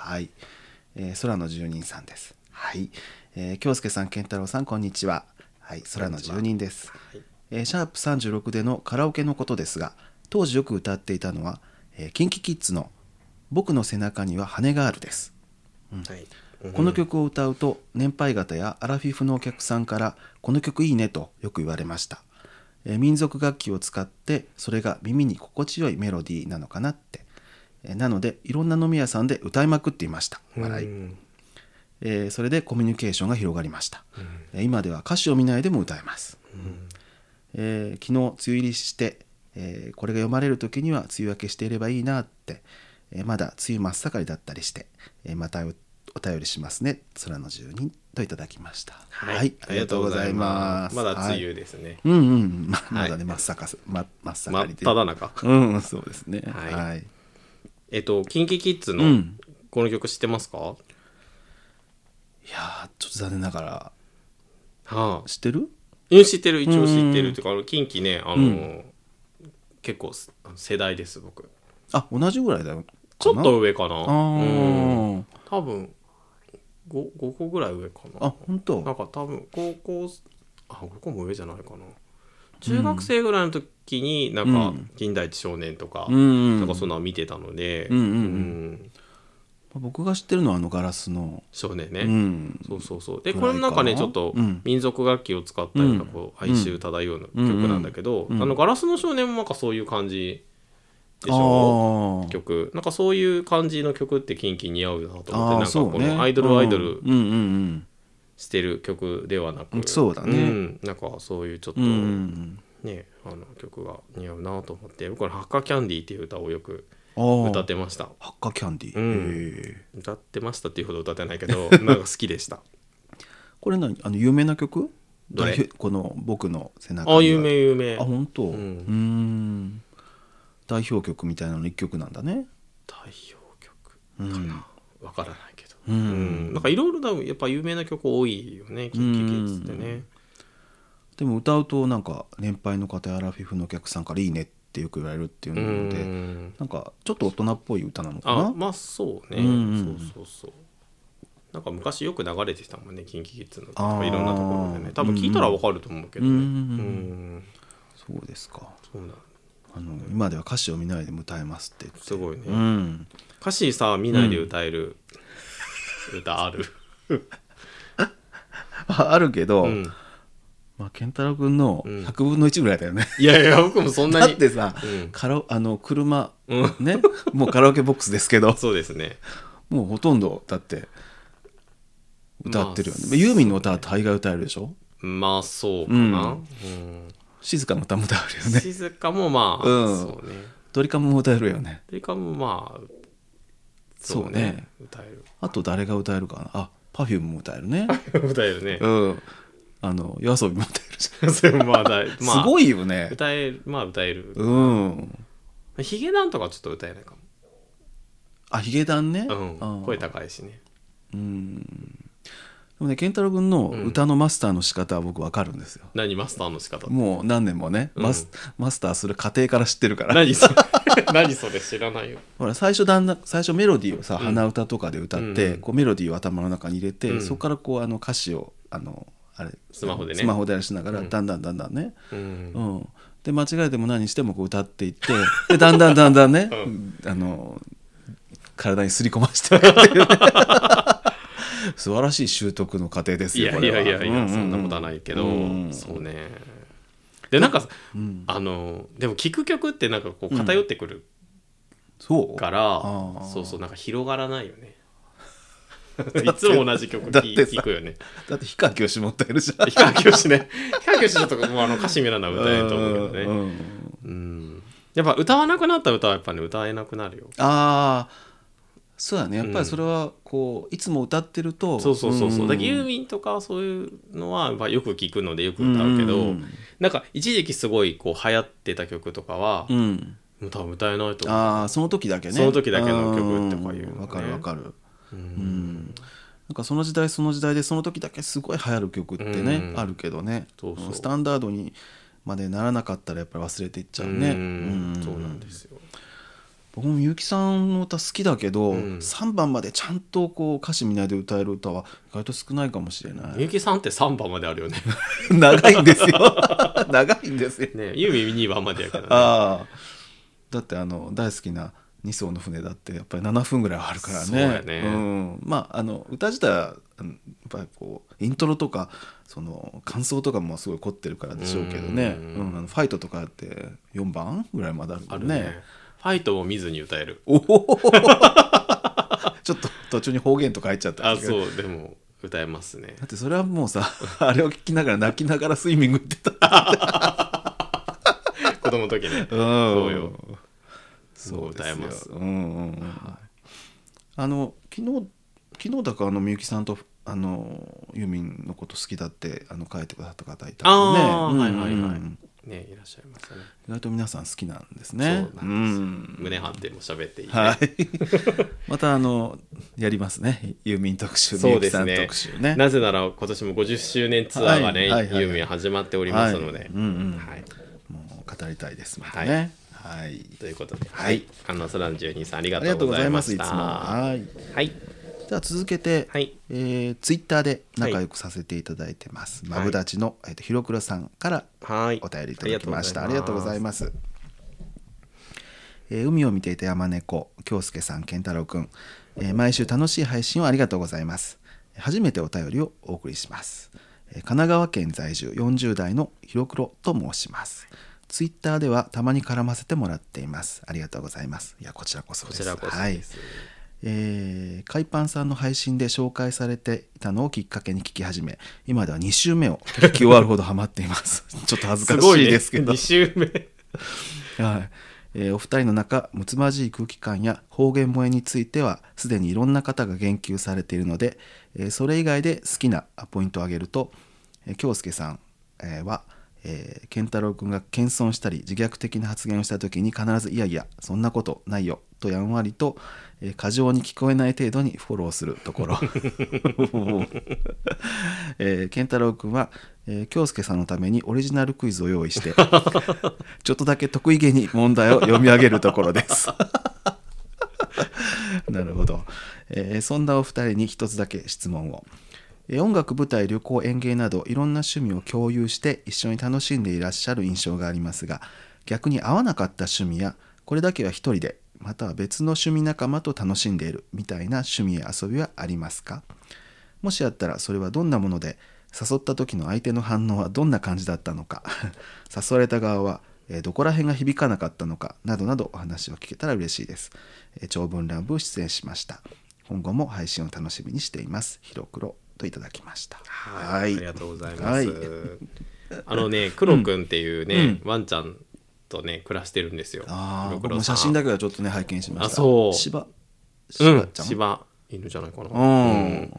S1: えー空の住人さんです。はい、えー京介さん、健太郎さん、こんにちは。はい、空の住人です。
S2: はい
S1: えーシャープ36でのカラオケのことですが当時よく歌っていたのは、えー、KinKiKids の「僕の背中には羽がある」です、
S2: はい。うん
S1: この曲を歌うと年配方やアラフィフのお客さんから「この曲いいね」とよく言われました、えー民族楽器を使ってそれが耳に心地よいメロディーなのかなって、えーなのでいろんな飲み屋さんで歌いまくっていました笑い、
S2: うん
S1: えーそれでコミュニケーションが広がりました、えー今では歌詞を見ないでも歌えます、えー昨日梅雨入りして、えーこれが読まれる時には梅雨明けしていればいいなって、えーまだ梅雨真っ盛りだったりして、えーまたおお便りしますね空の住人といただきました
S2: はい、
S1: ありがとうございます
S2: まだ梅
S1: はい
S2: 雨ですね。
S1: うんうんまま
S2: はい
S1: だね真っ盛りま真っ
S2: 真
S1: 盛り
S2: っ
S1: で
S2: ただ中。
S1: うんうんそうですねは、
S2: はいいえっと、キンキキッズ
S1: う
S2: の
S1: ん
S2: この曲知ってますか、はい
S1: やーちょっと残念ながら
S2: あ、
S1: 知ってる
S2: うん知ってる一応知ってるっていうかあの近畿ねあの、結構す世代です僕
S1: あ同じぐらいだよ
S2: ちょっと上かな
S1: あ
S2: うん
S1: ー
S2: 多分 5, 5個ぐらい上かな
S1: あ本
S2: なん
S1: 当
S2: か多分高校あ5個も上じゃないかな中学生ぐらいの時になん
S1: う
S2: か
S1: ん
S2: 「金田一少年」とか、
S1: うんうん
S2: なんかそんなの見てたので、
S1: うんうんうん
S2: うん
S1: 僕が知ってるのはあのガラスの
S2: 少年ね、
S1: うん
S2: そうそうそうで
S1: ぐ
S2: こ
S1: らい
S2: れ
S1: か
S2: も
S1: な
S2: なんかねちょっと
S1: うん
S2: 民族楽器を使ったようなこう
S1: うん
S2: 哀愁漂うような曲なんだけど、
S1: うんうん
S2: あの「ガラスの少年」もなんかそういう感じでし
S1: あ
S2: ょ
S1: ー
S2: 曲なんかそういう感じの曲ってキンキ似合うなと
S1: あー
S2: 思ってなんかこ
S1: そうね
S2: のアイドルをアイドル
S1: うんうんうん
S2: してる曲ではな
S1: うん
S2: く
S1: そうだね
S2: んなんかそういうちょっと
S1: うんうんうん
S2: ねあの曲が似合うなと思って僕は「ハッカキャンディー」っていう歌をよく
S1: あー
S2: 歌ってました
S1: ハッカキャンディー、
S2: うん
S1: へえ
S2: 歌ってましたっていうほど歌ってない けどなんか好きでした
S1: これ何あの有名な曲
S2: どれ
S1: 代表この僕の背中に
S2: あ
S1: は
S2: あ有名有名
S1: あ本当う
S2: うん
S1: ん代表曲みたいなの一曲なんだね
S2: 代表曲
S1: うん
S2: かな、わからないけど、
S1: うん
S2: なんかいろいろ多分やっぱ有名な曲多いよね KinKiKids ってね、
S1: でも歌うとなんか年配の方やアラフィフのお客さんからいいねっってよく言われるっていう
S2: う
S1: ので、
S2: ん
S1: なんかちょっと大人っぽい歌なのか
S2: あ
S1: な、
S2: まあそうね、
S1: うんうん
S2: そうそうそうなんか昔よく流れてたもんね KinKiKids のと
S1: あ
S2: か
S1: ー
S2: いろんなところでね多分聞いたらわかると思うけどね
S1: う
S2: うんん
S1: うんそうですか
S2: そうなん
S1: あの今では歌詞を見ないでも歌えますって
S2: すごいね、
S1: うん
S2: 歌詞さ見ないで歌える歌ある、
S1: ああるけど、
S2: うん、
S1: まあ、健太郎君の
S2: うん
S1: 100分の1ぐらいだよね、
S2: いやいや僕もそんな
S1: だ
S2: に
S1: ってさ、
S2: うん
S1: カラオあの車、
S2: うん
S1: ねもうカラオケボックスですけど
S2: そうですね
S1: もうほとんどだって歌ってるよね、
S2: まあ
S1: まあユーミンの歌は大概歌えるでしょ
S2: まあそうかな、うん
S1: 静かの歌も歌えるよね
S2: 静かもまあ、
S1: うん
S2: そうね
S1: ドリカムも歌えるよね
S2: ドリカムもまあ
S1: そうね
S2: 歌える
S1: あと誰が歌えるかなあパフュームも歌えるね
S2: 歌えるね
S1: うんあの夜遊びも歌えるじ
S2: それまあだ
S1: ゃん、
S2: いまあ
S1: すごいよね
S2: 歌えるまあ歌える、
S1: うん
S2: ヒゲダンとかちょっと歌えないか
S1: あヒゲダンね、
S2: も、
S1: あ
S2: うん、
S1: ー
S2: 声高いしね
S1: うんでもね健太郎君の歌のマスターの仕方は僕わかるんですよ、
S2: 何マスターの仕方
S1: もう何年もね、
S2: うん
S1: マスマスターする過程から知ってるから
S2: 何それ 何それ知らないよ
S1: ほら最初だんだん最初メロディーをさ、
S2: うん
S1: 鼻歌とかで歌って、
S2: うん
S1: こうメロディーを頭の中に入れて、
S2: うん
S1: そこからこうあの歌詞をあのあれ
S2: スマホでね
S1: スマホであれしながら、
S2: うん
S1: だんだんだんだんね、
S2: う、
S1: うんんで間違えても何してもこう歌っていってでだんだんだんだんね、
S2: う
S1: あの体にすり込ましていくっていうね 素晴らしい習得の過程です
S2: い
S1: よ
S2: や
S1: こ
S2: い
S1: れ
S2: や
S1: はい
S2: やいや、
S1: ううう
S2: そんなことはないけど、
S1: うん
S2: そうねでなんか、
S1: うん
S2: あのでも聴く曲ってなんかこう偏ってくる
S1: そう
S2: から、
S1: あー
S2: そうそうなんか広がらないよ ねいつも同じ曲
S1: だってさ
S2: 聴くよね
S1: だって氷川きよしも歌えるじゃん
S2: 氷川きよしね氷川きよしとかもうあの歌詞見らな歌えると思うけどね
S1: んん
S2: うんやっぱ歌わなくなった歌はやっぱね歌えなくなるよ
S1: ああそうだねやっぱりそれはこういつも歌ってると
S2: そうそうそうそう、
S1: ん
S2: だからユーミンとかそういうのは、まあ、よく聞くのでよく歌うけど、
S1: うん
S2: なんか一時期すごいこう流行ってた曲とかは、
S1: うん
S2: もう多分歌えないと思う
S1: ああその時だけね
S2: その時だけの曲とかいうのね
S1: んわかるわかる
S2: う
S1: うんんなんかその時代その時代でその時だけすごい流行る曲ってね、
S2: うん
S1: あるけどね
S2: そうそう
S1: スタンダードにまでならなかったらやっぱり忘れていっちゃうね
S2: うんそうなんですよ
S1: 僕も結城さんの歌好きだけど、
S2: うん
S1: 3番までちゃんとこう歌詞見ないで歌える歌は意外と少ないかもしれない
S2: みゆきさんって3番まであるよね
S1: 長いんですよ 長いんですよ
S2: ねユーミン2番までやからね
S1: ああだってあの大好きな2艘の船だってやっぱり7分ぐらいはあるからね
S2: そうやね
S1: ん、まああの歌自体はうんやっぱりこうイントロとかその感想とかもすごい凝ってるからでしょうけどね
S2: う
S1: うんん、あのファイトとかって4番ぐらいま であるも
S2: あ
S1: ん
S2: る
S1: ね
S2: ねファイトも見ずに歌える
S1: おお ちょっと途中に方言とか入っちゃった
S2: あ
S1: けど
S2: そうでも歌えます ね
S1: だってそれはもうさあれを聞きながら泣きながらスイミング行ってた
S2: 子供の時ね
S1: そう
S2: うよ。
S1: そうです
S2: 歌え
S1: よ
S2: ます
S1: うんうんうん。あの昨日昨日だかあのみゆきさんとあのユーミンのこと好きだってあの書いてくださった方いたの
S2: ああ、
S1: ね。
S2: は
S1: う
S2: い
S1: んうん
S2: はい
S1: うん
S2: はい。ね、いらっしゃいますよね。
S1: 意外と皆さん好きなんですね。
S2: そうなん
S1: うん
S2: 胸張っても喋っていい、ね。
S1: はい。 またあのやりますね。ユーミン特集、み
S2: そう
S1: ゆ
S2: で
S1: き
S2: す
S1: さん
S2: ね
S1: 特集ね。
S2: なぜなら今年も50周年ツアーが
S1: は
S2: ね、
S1: いはいはいはい
S2: ユーミン始まっておりますので、
S1: はいうんうん
S2: はい
S1: もう語りたいですまたね。はい。
S2: ということで、
S1: はい、
S2: アンナ・ソラン12さんあり
S1: あ
S2: が
S1: り
S2: と
S1: が
S2: う
S1: とう
S2: ご
S1: ご
S2: ざ
S1: ざ
S2: い
S1: い
S2: ま
S1: ま
S2: し
S1: す。いつ
S2: た。
S1: も。はい。
S2: はい、
S1: では続けて、
S2: はい
S1: えーツイッターで仲良くさせていただいてます、
S2: はい
S1: マブダチの、えー、とひろくろさんから
S2: はい
S1: お便りいただきましたありがとうござい
S2: ま
S1: ますえー海を見ていた山猫京介さん健太郎くん、えー毎週楽しい配信をありがとうございます初めてお便りをお送りします、えー神奈川県在住40代のひろくろと申しますツイッターではたまに絡ませてもらっていますありがとうございますいやこちらこそです
S2: こちらこそ
S1: はい
S2: です
S1: えー、海パンさんの配信で紹介されていたのをきっかけに聞き始め今では2週目を聞き終わるほどハマっていますちょっと恥ず
S2: す
S1: か
S2: ご
S1: し
S2: い
S1: い
S2: で
S1: ですす
S2: け
S1: け
S2: ど。
S1: ど
S2: 2週目。
S1: はいえーお二人の中むつまじい空気感や方言萌えについてはすでにいろんな方が言及されているので、えーそれ以外で好きなポイントを挙げると、えー、京介さんえーは、えー、健太郎君が謙遜したり自虐的な発言をした時に必ず「いやいやそんなことないよ」とやんわりと、えー過剰に聞こえない程度にフォローするところ、 えー、健太郎君は、えー、京介さんのためにオリジナルクイズを用意してちょっとだけ得意げに問題を読み上げるところですなるほど、えーそんなお二人に一つだけ質問をえー音楽舞台旅行演芸などいろんな趣味を共有して一緒に楽しんでいらっしゃる印象がありますが逆に合わなかった趣味やこれだけは一人でまたは別の趣味仲間と楽しんでいるみたいな趣味や遊びはありますかもしあったらそれはどんなもので誘った時の相手の反応はどんな感じだったのか 誘われた側はえーどこら辺が響かなかったのかなどなどお話を聞けたら嬉しいですえー長文乱舞出演しました今後も配信を楽しみにしていますひろくろといただきました
S2: はい、ありがとうございます。
S1: はい
S2: あのね、クロくんっていうね、ワンちゃんとね、暮らしてるんですよ。
S1: ああ
S2: 黒
S1: 僕
S2: 黒
S1: も
S2: さん
S1: 写真だけはちょっとね拝見しました
S2: あそう
S1: 芝
S2: うん
S1: 芝、ちゃん、
S2: 芝犬じゃないかな。
S1: うん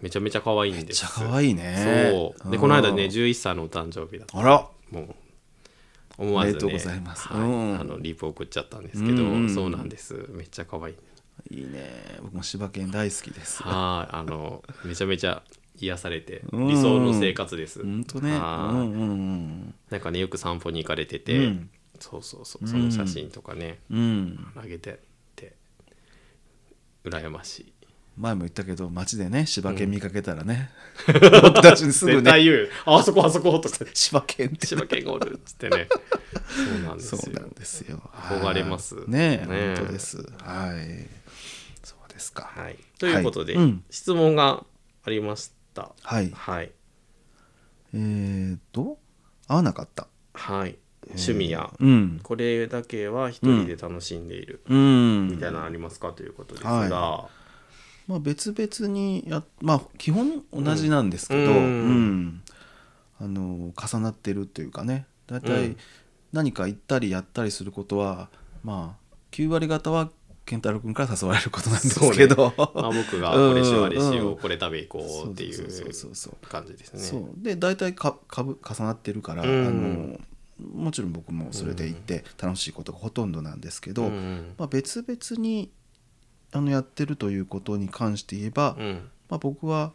S2: めちゃめちゃ可愛いん
S1: め
S2: で
S1: っち
S2: す。
S1: ゃ可愛いね
S2: そう。で、この間ね、
S1: うん
S2: 11歳のお誕生日だった。
S1: あら
S2: もう。思わ
S1: おめ
S2: ず、ね、
S1: でとうございます
S2: はい
S1: うん
S2: あのリープ送っちゃったんですけど、
S1: うんうん
S2: そうなんですめっちゃ可愛い
S1: いいね僕も柴犬大好きです
S2: はいあのめちゃめちゃ癒されて
S1: うん
S2: 理想の生活です
S1: ほんとね
S2: は
S1: う
S2: い
S1: んうんうん
S2: なんかねよく散歩に行かれてて、
S1: うん
S2: そうそうそうその写真とかね、
S1: うん
S2: あげてって羨ましい
S1: 前も言ったけど街でね柴犬見かけたらね、 僕たちにすぐ
S2: 絶
S1: ね
S2: 対言うああそこあそこ とか
S1: 柴犬って
S2: 千葉県ゴールっつってねそうなんです
S1: そ
S2: よ
S1: うなんですよ
S2: 憧れます
S1: はいね
S2: ねえ
S1: 本当ですはいそうですかは、
S2: はいい、ということで、
S1: はいうん
S2: 質問がありましたはい
S1: えー、っと合わなかった
S2: はい趣味や
S1: うん
S2: これだけは一人で楽しんでいる
S1: うん
S2: みたいなのありますかということです
S1: はい
S2: が、
S1: まあ、別々にやまあ基本同じなんですけど、
S2: う
S1: うんん
S2: うん
S1: あの重なってるというかね大
S2: う
S1: 体
S2: ん
S1: 何か行ったりやったりすることは、まあ9割方は健太郎君から誘われることなんですけど、
S2: まあ、僕がこれしよ
S1: うん
S2: うあれしよ
S1: う
S2: う、
S1: ん
S2: これ食べ行こうってい
S1: そう
S2: う
S1: そうそう
S2: 感じですね。
S1: そうで大体かかぶ重なってるから、
S2: うん
S1: あのもちろん僕もそれで行って楽しいことがほとんどなんですけど、
S2: うんうん
S1: まあ、別々にあのやってるということに関して言えば、
S2: うん
S1: まあ、僕は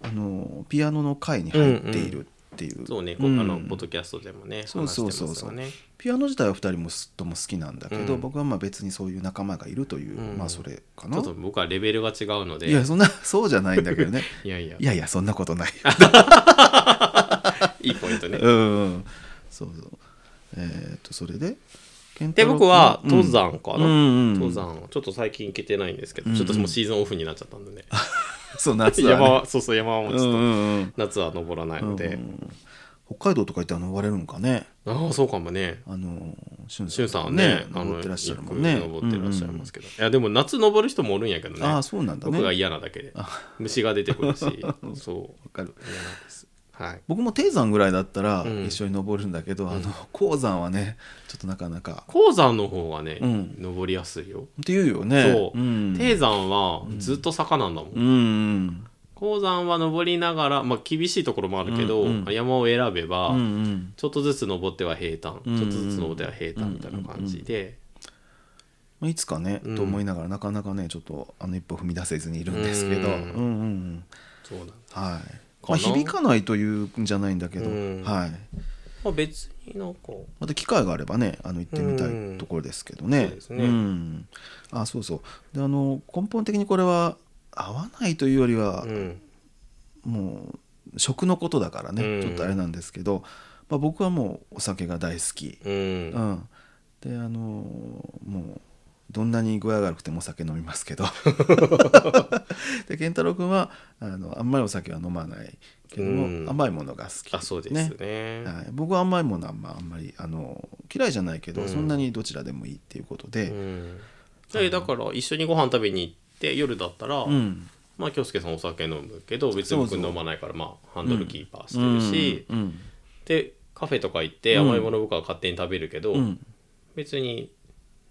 S1: あのピアノの会に入っているっていう,、
S2: そうね、こ
S1: ん
S2: あのポッドキャストでもね、
S1: そうそうそう
S2: 話してますよね。
S1: ピアノ自体は2人もすとも好きなんだけど、
S2: うん
S1: 僕はまあ別にそういう仲間がいるという、
S2: うん
S1: まあそれか
S2: ちょ
S1: な
S2: っと僕はレベルが違うので、
S1: いやそんなそうじゃないんだけど ね
S2: いやいや
S1: い、やいやそんなこと ないよ
S2: いいポイントね。
S1: うんうんそうそうえーっとそれで健太
S2: で、
S1: 郎
S2: 僕は
S1: 君
S2: 登山か
S1: うん
S2: な。
S1: うんう
S2: 登
S1: ん
S2: 山をちょっと最近行けてないんですけど、
S1: うんうん
S2: ちょっともうシーズンオフになっちゃったんでね。
S1: そう夏だ、ね、
S2: 山は、そうそう、山はもう
S1: う
S2: ちょっ
S1: ん
S2: と
S1: うんうん
S2: 夏は登らないので、
S1: 北海道とか行ってあの登れるのかね
S2: ああ、そうかもね。
S1: あのしゅん
S2: しゅんさんはね、あの
S1: 登ってらっしゃるもんね
S2: よく登ってらっしゃいますけど、いや、でも夏登る人もおるんやけどね。
S1: ああそうなんだね
S2: 僕が嫌なだけで虫が出てく るしそ
S1: わかる
S2: う嫌なんですはい
S1: 僕も低山ぐらいだったら
S2: うん
S1: 一緒に登るんだけど、あの高山はねちょっとなかなか
S2: 鉱山の方がね、
S1: うん
S2: 登りやすいよ、
S1: っていうよね
S2: そう、
S1: ん、
S2: 低山はずっと坂なんだもん、
S1: うんうん
S2: 鉱山は登りながらまあ厳しいところもあるけど、
S1: うんうん
S2: 山を選べば、
S1: うんうん
S2: ちょっとずつ登っては平坦、
S1: うんうん
S2: ちょっとずつ登っては平坦みたいな感じで、
S1: まあ、いつかね、
S2: うん
S1: と思いながらなかなかねちょっとあの一歩踏み出せずにいるんですけど、
S2: う
S1: うんんうんうん、
S2: そうなんだ
S1: はい
S2: か
S1: ま
S2: な
S1: あ、響かないというんじゃないんだけど、
S2: うん
S1: はい、
S2: まあ別になんか
S1: また機会があればねあの行ってみたいところですけどね。
S2: うんそうですね
S1: んあそうそうであの根本的にこれは合わないというよりは
S2: う、ん
S1: もう食のことだからね、
S2: うん
S1: ちょっとあれなんですけど、まあ、僕はもうお酒が大好き、
S2: うん、
S1: うんであのーもうどんなに具合が悪くてもお酒飲みます けどで健太郎君はあのあんまりお酒は飲まないけども、
S2: うん
S1: 甘いものが好き
S2: あそうですね
S1: はい、僕は甘いものはあんまあんまりあの嫌いじゃないけど、
S2: うん
S1: そんなにどちらでもいいっていうことで、
S2: うん、でだから一緒にご飯食べに行って夜だったら、
S1: うん
S2: まあ京介さんお酒飲むけど別に
S1: そ
S2: 僕
S1: うそう
S2: 飲まないからまあハンドルキーパーしてるし、
S1: うんうん
S2: でカフェとか行って
S1: うん
S2: 甘いもの僕は勝手に食べるけど、
S1: うん
S2: 別に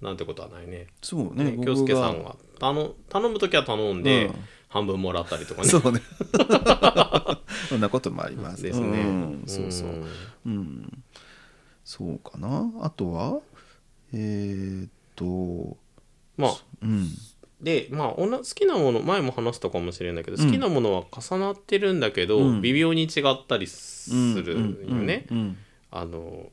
S2: なんてことはないね
S1: そうね
S2: ね京介さんは頼頼む時は頼んで、
S1: うん
S2: 半分もらったりとかね
S1: そうね。 そんなこともあります
S2: ですね
S1: うんそうそう、
S2: ん
S1: うん、そうかなあとはえーっと
S2: まあ
S1: うん
S2: でまあおな好きなもの前も話したかもしれないけど、
S1: うん
S2: 好きなものは重なってるんだけど、
S1: うん
S2: 微妙に違ったりするよね、
S1: うん
S2: あの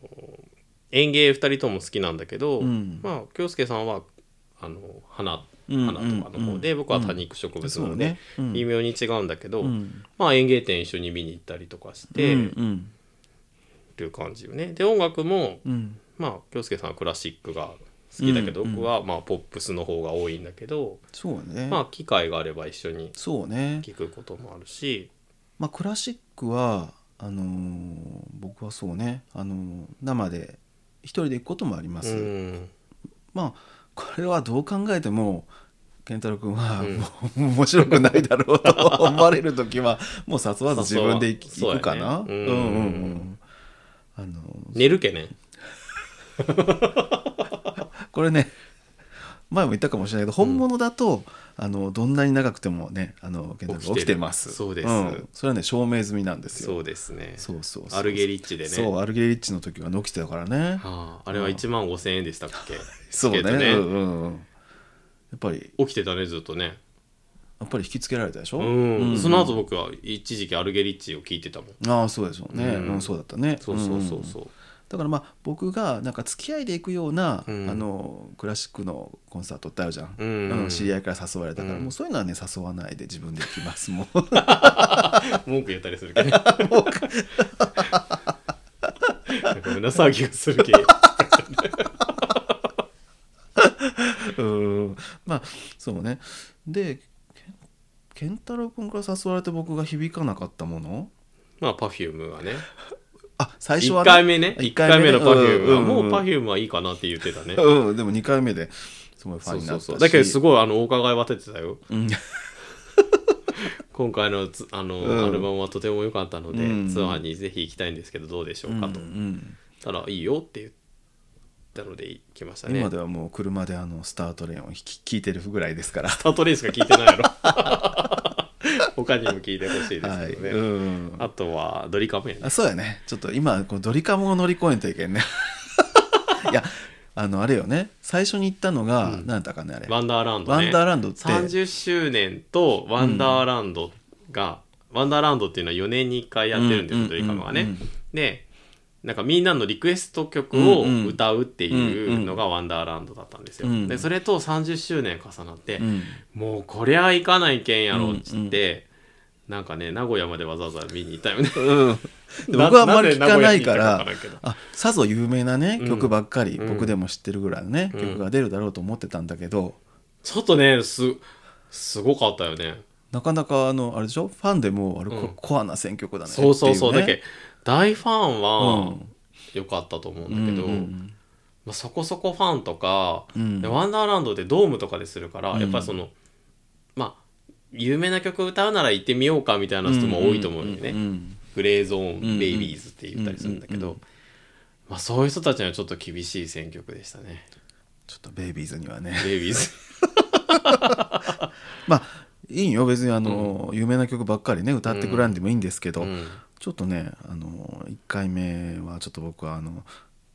S2: 園芸2人とも好きなんだけど、
S1: うん
S2: まあ京介さんはあの花
S1: うん
S2: 花とかの方で、
S1: うん
S2: 僕は多肉植物な
S1: そ
S2: の
S1: う
S2: で、
S1: ねうん
S2: 微妙に違うんだけど、
S1: うん
S2: まあ園芸店一緒に見に行ったりとかして
S1: うん
S2: る
S1: うん
S2: 感じよね。で音楽も
S1: うん
S2: まあ京介さんはクラシックが好きだけど、
S1: うんうん
S2: 僕はまあポップスの方が多いんだけど、
S1: そうね、
S2: まあ機会があれば一緒に
S1: そうね、
S2: 聞くこともあるし、
S1: まあ、クラシックはあのー僕はそうね、あのー生で一人で行くこともありま
S2: う
S1: す、
S2: ん、
S1: まあこれはどう考えても健太郎君は
S2: うん
S1: もう、面白くないだろう と思われる時はもう誘わず自分で行き
S2: 誘わ
S1: 行くかなう,、
S2: そうや
S1: んう
S2: ねうんん
S1: うんあの
S2: 寝るけね。
S1: これね前も言ったかもしれないけど本物だと、あのどんなに長くてもねあの健太郎君起
S2: 起
S1: き
S2: き
S1: て
S2: てる
S1: ます
S2: そうです
S1: んそれはね証明済みなんですよ
S2: そうですね。
S1: そうそうそう
S2: アルゲリッチでね。
S1: そうアルゲリッチの時はね起きてたからね
S2: はあ、あれは1万5千円でしたっけ
S1: そうね
S2: チケットね
S1: うんうんうん、やっぱり
S2: 起きてたねずっとね
S1: やっぱり引きつけられたでしょ、
S2: うん、
S1: うん
S2: その後僕は一時期アルゲリッチを聞いてたもん
S1: ああそうでしょうね、う
S2: うんん
S1: そうだったね
S2: そうそうそう
S1: うん
S2: そう、
S1: だからまあ僕がなんか付き合いで行くような、
S2: うん
S1: あのクラシックのコンサートってあるじゃん、
S2: うんうん
S1: あの知り合いから誘われたから、
S2: うん
S1: もうそういうのはね誘わないで自分で行きますもう
S2: 文句言ったりする けどなんか胸騒ぎがす るけど
S1: うんまあそうねでけ健太郎君から誘われて僕が響かなかったもの
S2: まあ Perfume はね
S1: あ最初は
S2: 1回目ね
S1: 一
S2: 1回目の Perfume は、
S1: ん
S2: もうん
S1: ん
S2: Perfume はいいかなって言ってたね
S1: うん、でも2回目ですごいファ
S2: そ
S1: ン
S2: う
S1: にな
S2: そ
S1: ったし
S2: うそうだけどすごいあのお伺いは立ててたよ
S1: うん
S2: 今回のつあの、
S1: うん
S2: アルバムはとても良かったので、
S1: うん
S2: ツアーにぜひ行きたいんですけどどうでしょうかと、
S1: うん
S2: たらいいよって言ったので行きました
S1: うん
S2: ね
S1: 今ではもう車であのスタートレーンを聞き聞いてるぐらい ですから。
S2: スタートレースが聞いてないやろ 他にも聞いてほしいです
S1: はい、
S2: けどね、
S1: うん
S2: あとはドリカムやね
S1: あそうやねちょっと今こうドリカムを乗り越えんといけ んねいやあのあれよね最初に行ったのが、
S2: うん
S1: なん、何だったかねあれ
S2: ワンダーランド
S1: ワ
S2: ね
S1: ンダーランドって
S2: 30周年とワンダーランドが、ワンダーランドっていうのは4年に1回やってるんですよ、
S1: うん
S2: ドリカムはね、
S1: うんうん
S2: でなんかみんなのリクエスト曲を
S1: うんうん
S2: 歌うっていうのがワンダーランドだったんですよ、
S1: うん
S2: でそれと30周年重なって、
S1: うん
S2: もうこりゃ行かないけんやろっつって、なんかね名古屋までわざわざ見に行ったよね
S1: うんで
S2: な
S1: 僕はあんまり聞かないか
S2: な
S1: ら
S2: んで名古屋に行ったか分からんけど
S1: あさぞ有名なね
S2: うん
S1: 曲ばっかり、
S2: うん
S1: 僕でも知ってるぐらいのね、
S2: うん
S1: 曲が出るだろうと思ってたんだけど
S2: ちょっとねすすごかったよね
S1: なかなかあのあれでしょファンでもあれ、こ
S2: うん
S1: コアな選曲だね
S2: そうそうそう
S1: ってい
S2: だけ
S1: ね
S2: 大ファン
S1: う
S2: は
S1: ん
S2: 良かったと思うんだけど、
S1: うんうん
S2: まあ、そこそこファンとか、
S1: うん
S2: でワンダーランドでドームとかでするから、
S1: うん
S2: やっぱりそのまあ有名な曲歌うなら行ってみようかみたいな人も多いと思うよね、
S1: んん
S2: グレーゾーン、
S1: うん
S2: ベイビーズって言ったりするんだけど、
S1: うんうん
S2: まあ、そういう人たちにはちょっと厳しい選曲でしたね
S1: ちょっとベイビーズにはね
S2: ベイビーズ
S1: まあいいよ別にあの、有名な曲ばっかりね歌ってくらんでもいいんですけど、
S2: うん
S1: ちょっとねあの1回目はちょっと僕はあの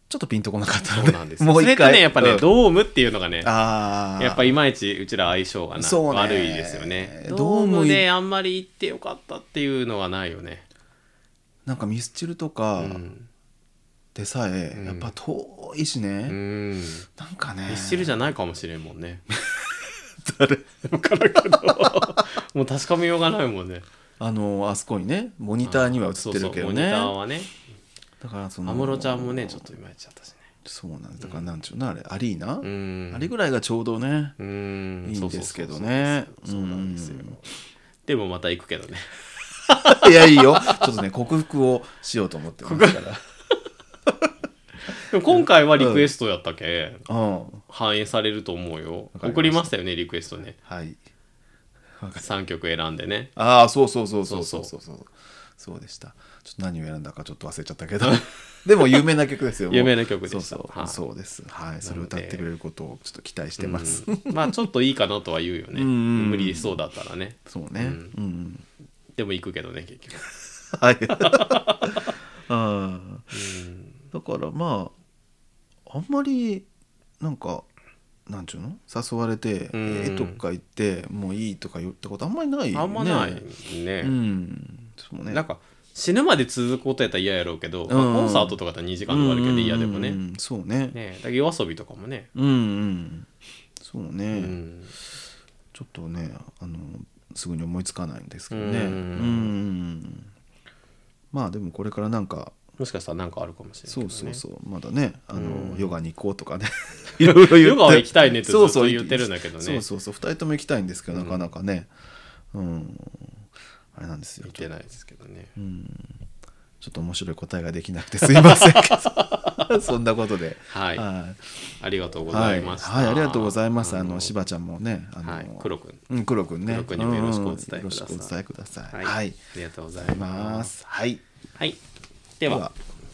S1: ちょっとピンとこなかったの
S2: そ
S1: で
S2: うなんですよ
S1: もう
S2: それ
S1: 一
S2: と
S1: 回
S2: ねやっぱね、
S1: うん
S2: ドームっていうのがね
S1: ああ
S2: やっぱいまいちうちら相性がな、
S1: そうね
S2: 悪いですよね
S1: ド
S2: ド
S1: ー
S2: ー
S1: ム
S2: ムであんまり行ってよかったっていうのはないよね、
S1: なんかミスチルとか
S2: うん
S1: でさえ、
S2: うん
S1: やっぱ遠いしね、
S2: うん
S1: なんかね
S2: ミスチルじ
S1: ゃ
S2: ゃないかもしれんもんね誰からんけどもう確かめようがないもんね
S1: あのあそこにねモニターには映ってるけどね
S2: そうそうモニターはね
S1: だからその
S2: 安室ちゃんもねちょっといまいちだったしね
S1: そうなんですだからなんちゅうのあれアリーナ、
S2: うん
S1: あれぐらいがちょうど ね
S2: うん
S1: いいんですけどね
S2: そうそうそうそうなんですよ
S1: うん
S2: でもまた行くけどね
S1: いやいいよちょっとね克服をしようと思ってますから
S2: でも今回はリクエストやったけ、
S1: うん
S2: 反映されると思うよ
S1: わかりました
S2: 送りましたよねリクエストね
S1: はい
S2: 3曲選んでね
S1: ああそうそうそうそうそ
S2: そう
S1: そ
S2: うそう
S1: そうそうでしたちょっと何を選んだかちょっと忘れちゃったけど でも有名な曲ですよもう
S2: 有名な曲でした
S1: そうそう、
S2: はい
S1: そうですはいそれを
S2: なの
S1: 歌っ
S2: で
S1: てくれることをちょっと期待してます、
S2: うんまあちょっといいかなとは言うよね
S1: うん
S2: 無理そうだったらね
S1: そうねうん、
S2: でも行くけどね結局
S1: はい。 うん だからまああんまりなんかなんちゅうの誘われて「
S2: うん
S1: ええとか言って「もういい」とか言ったことあんまりない
S2: あんまないね
S1: ね。うんそうね
S2: なんか死ぬまで続くことやったら嫌やろうけど、まあ
S1: うん
S2: コンサートとかだったら2時間の割り切りで嫌でもね,、
S1: うんうんうんそうね
S2: ねだけど夜遊びとかもね、
S1: うんうんそうね、
S2: うん
S1: ちょっとねあのすぐに思いつかないんですけどね
S2: うん
S1: うんまあでもこれからなんか
S2: もしかしたらなんかあるかもしれないけ
S1: そ
S2: ど
S1: う
S2: ね、
S1: そうそうまだねあ
S2: う
S1: の
S2: ん
S1: ヨガに行こうとかね
S2: いろいろ言ってヨガは行きたいねってずっ
S1: そうそ
S2: と
S1: う
S2: 言ってるんだけどね
S1: そうそうそう2人とも行きたいんですけど
S2: うん
S1: なかなかねうんあれなんですよ
S2: 行ってないですけどね
S1: うんちょっと面白い答えができなくてすいませんけ どそんなことで
S2: はい、
S1: はい
S2: ありがとうござ
S1: はいい
S2: ました、
S1: はいありがとうございますあ
S2: う
S1: の
S2: ん
S1: しばちゃんもねあ
S2: はい
S1: の
S2: 黒くん
S1: うん黒くんね
S2: 黒くんにもよろしくお伝えくださ
S1: うんう
S2: い
S1: んよろしくお伝えください
S2: は
S1: はいい
S2: ありがとうござ
S1: ありがとう
S2: い
S1: ござい
S2: ま
S1: ますすはい
S2: はいでは
S1: では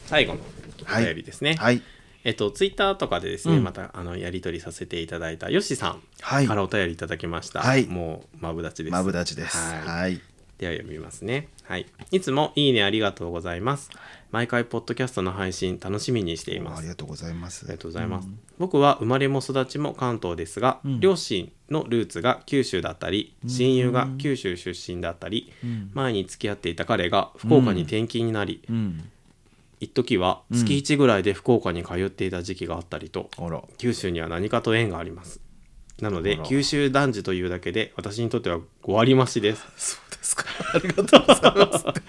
S2: 最後の
S1: はい
S2: お便りですね、
S1: はい
S2: えっと、ツイッターとかでですね、
S1: うん
S2: またあのやり取りさせていただいたよしさ
S1: は
S2: ん
S1: い
S2: からお便りいただきました、
S1: はい
S2: もうマブダチです
S1: まぶだちです
S2: はい
S1: はい
S2: では読みますね。はい。いつもいいねありがとうございます。毎回ポッドキャストの配信楽しみにしていま
S1: あ
S2: す。
S1: りがとうございま
S2: あ
S1: す
S2: りがとうございます。僕は生まれも育ちも関東ですが、
S1: うん
S2: 両親のルーツが九州だったり、親友が九州出身だったり、
S1: うん
S2: 前に付き合っていた彼が福岡に転勤になり、
S1: うん
S2: 一時は月1ぐらいで福岡に通っていた時期があったりと、
S1: あら
S2: 九州には何かと縁があります。なの
S1: あ
S2: で
S1: ら
S2: 九州男児というだけで私にとっては5割増 しです。
S1: そうですかありがとうございますって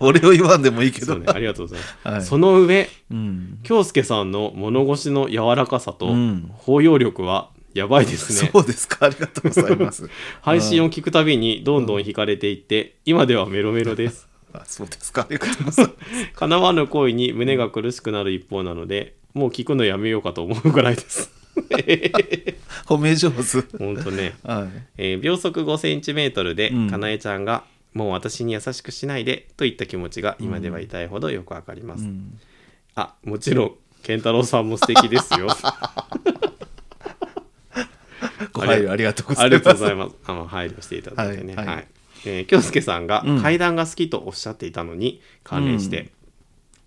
S1: 俺を言わんでもいいけ
S2: そ
S1: ど
S2: うね、ありがとうございます。
S1: はい
S2: その上、
S1: うん
S2: 京介さんの物腰の柔らかさと
S1: うん
S2: 包容力はやばいですね。
S1: そうですかありがとうございます
S2: 配信を聞くたびにどんどん惹かれていって、今ではメロメロです。
S1: あそうですかありがとうございます
S2: 叶わぬ恋に胸が苦しくなる一方なので、もう聞くのやめようかと思うぐらいです。
S1: 褒め上手
S2: 本当ね。
S1: はい
S2: えー秒速5センチメートルで、
S1: うん
S2: かなえちゃんが、もう私に優しくしないでといった気持ちが今では痛いほどよくわかります。
S1: うん
S2: あ、もちろん、健太郎さんも素敵です よ。
S1: ご配慮ありがとうござ
S2: あ
S1: います
S2: りがとうございます。あの配慮していただいてね。
S1: は
S2: は。
S1: いいはい
S2: えー京介さんが
S1: うん
S2: 階段が好きとおっしゃっていたのに関連して、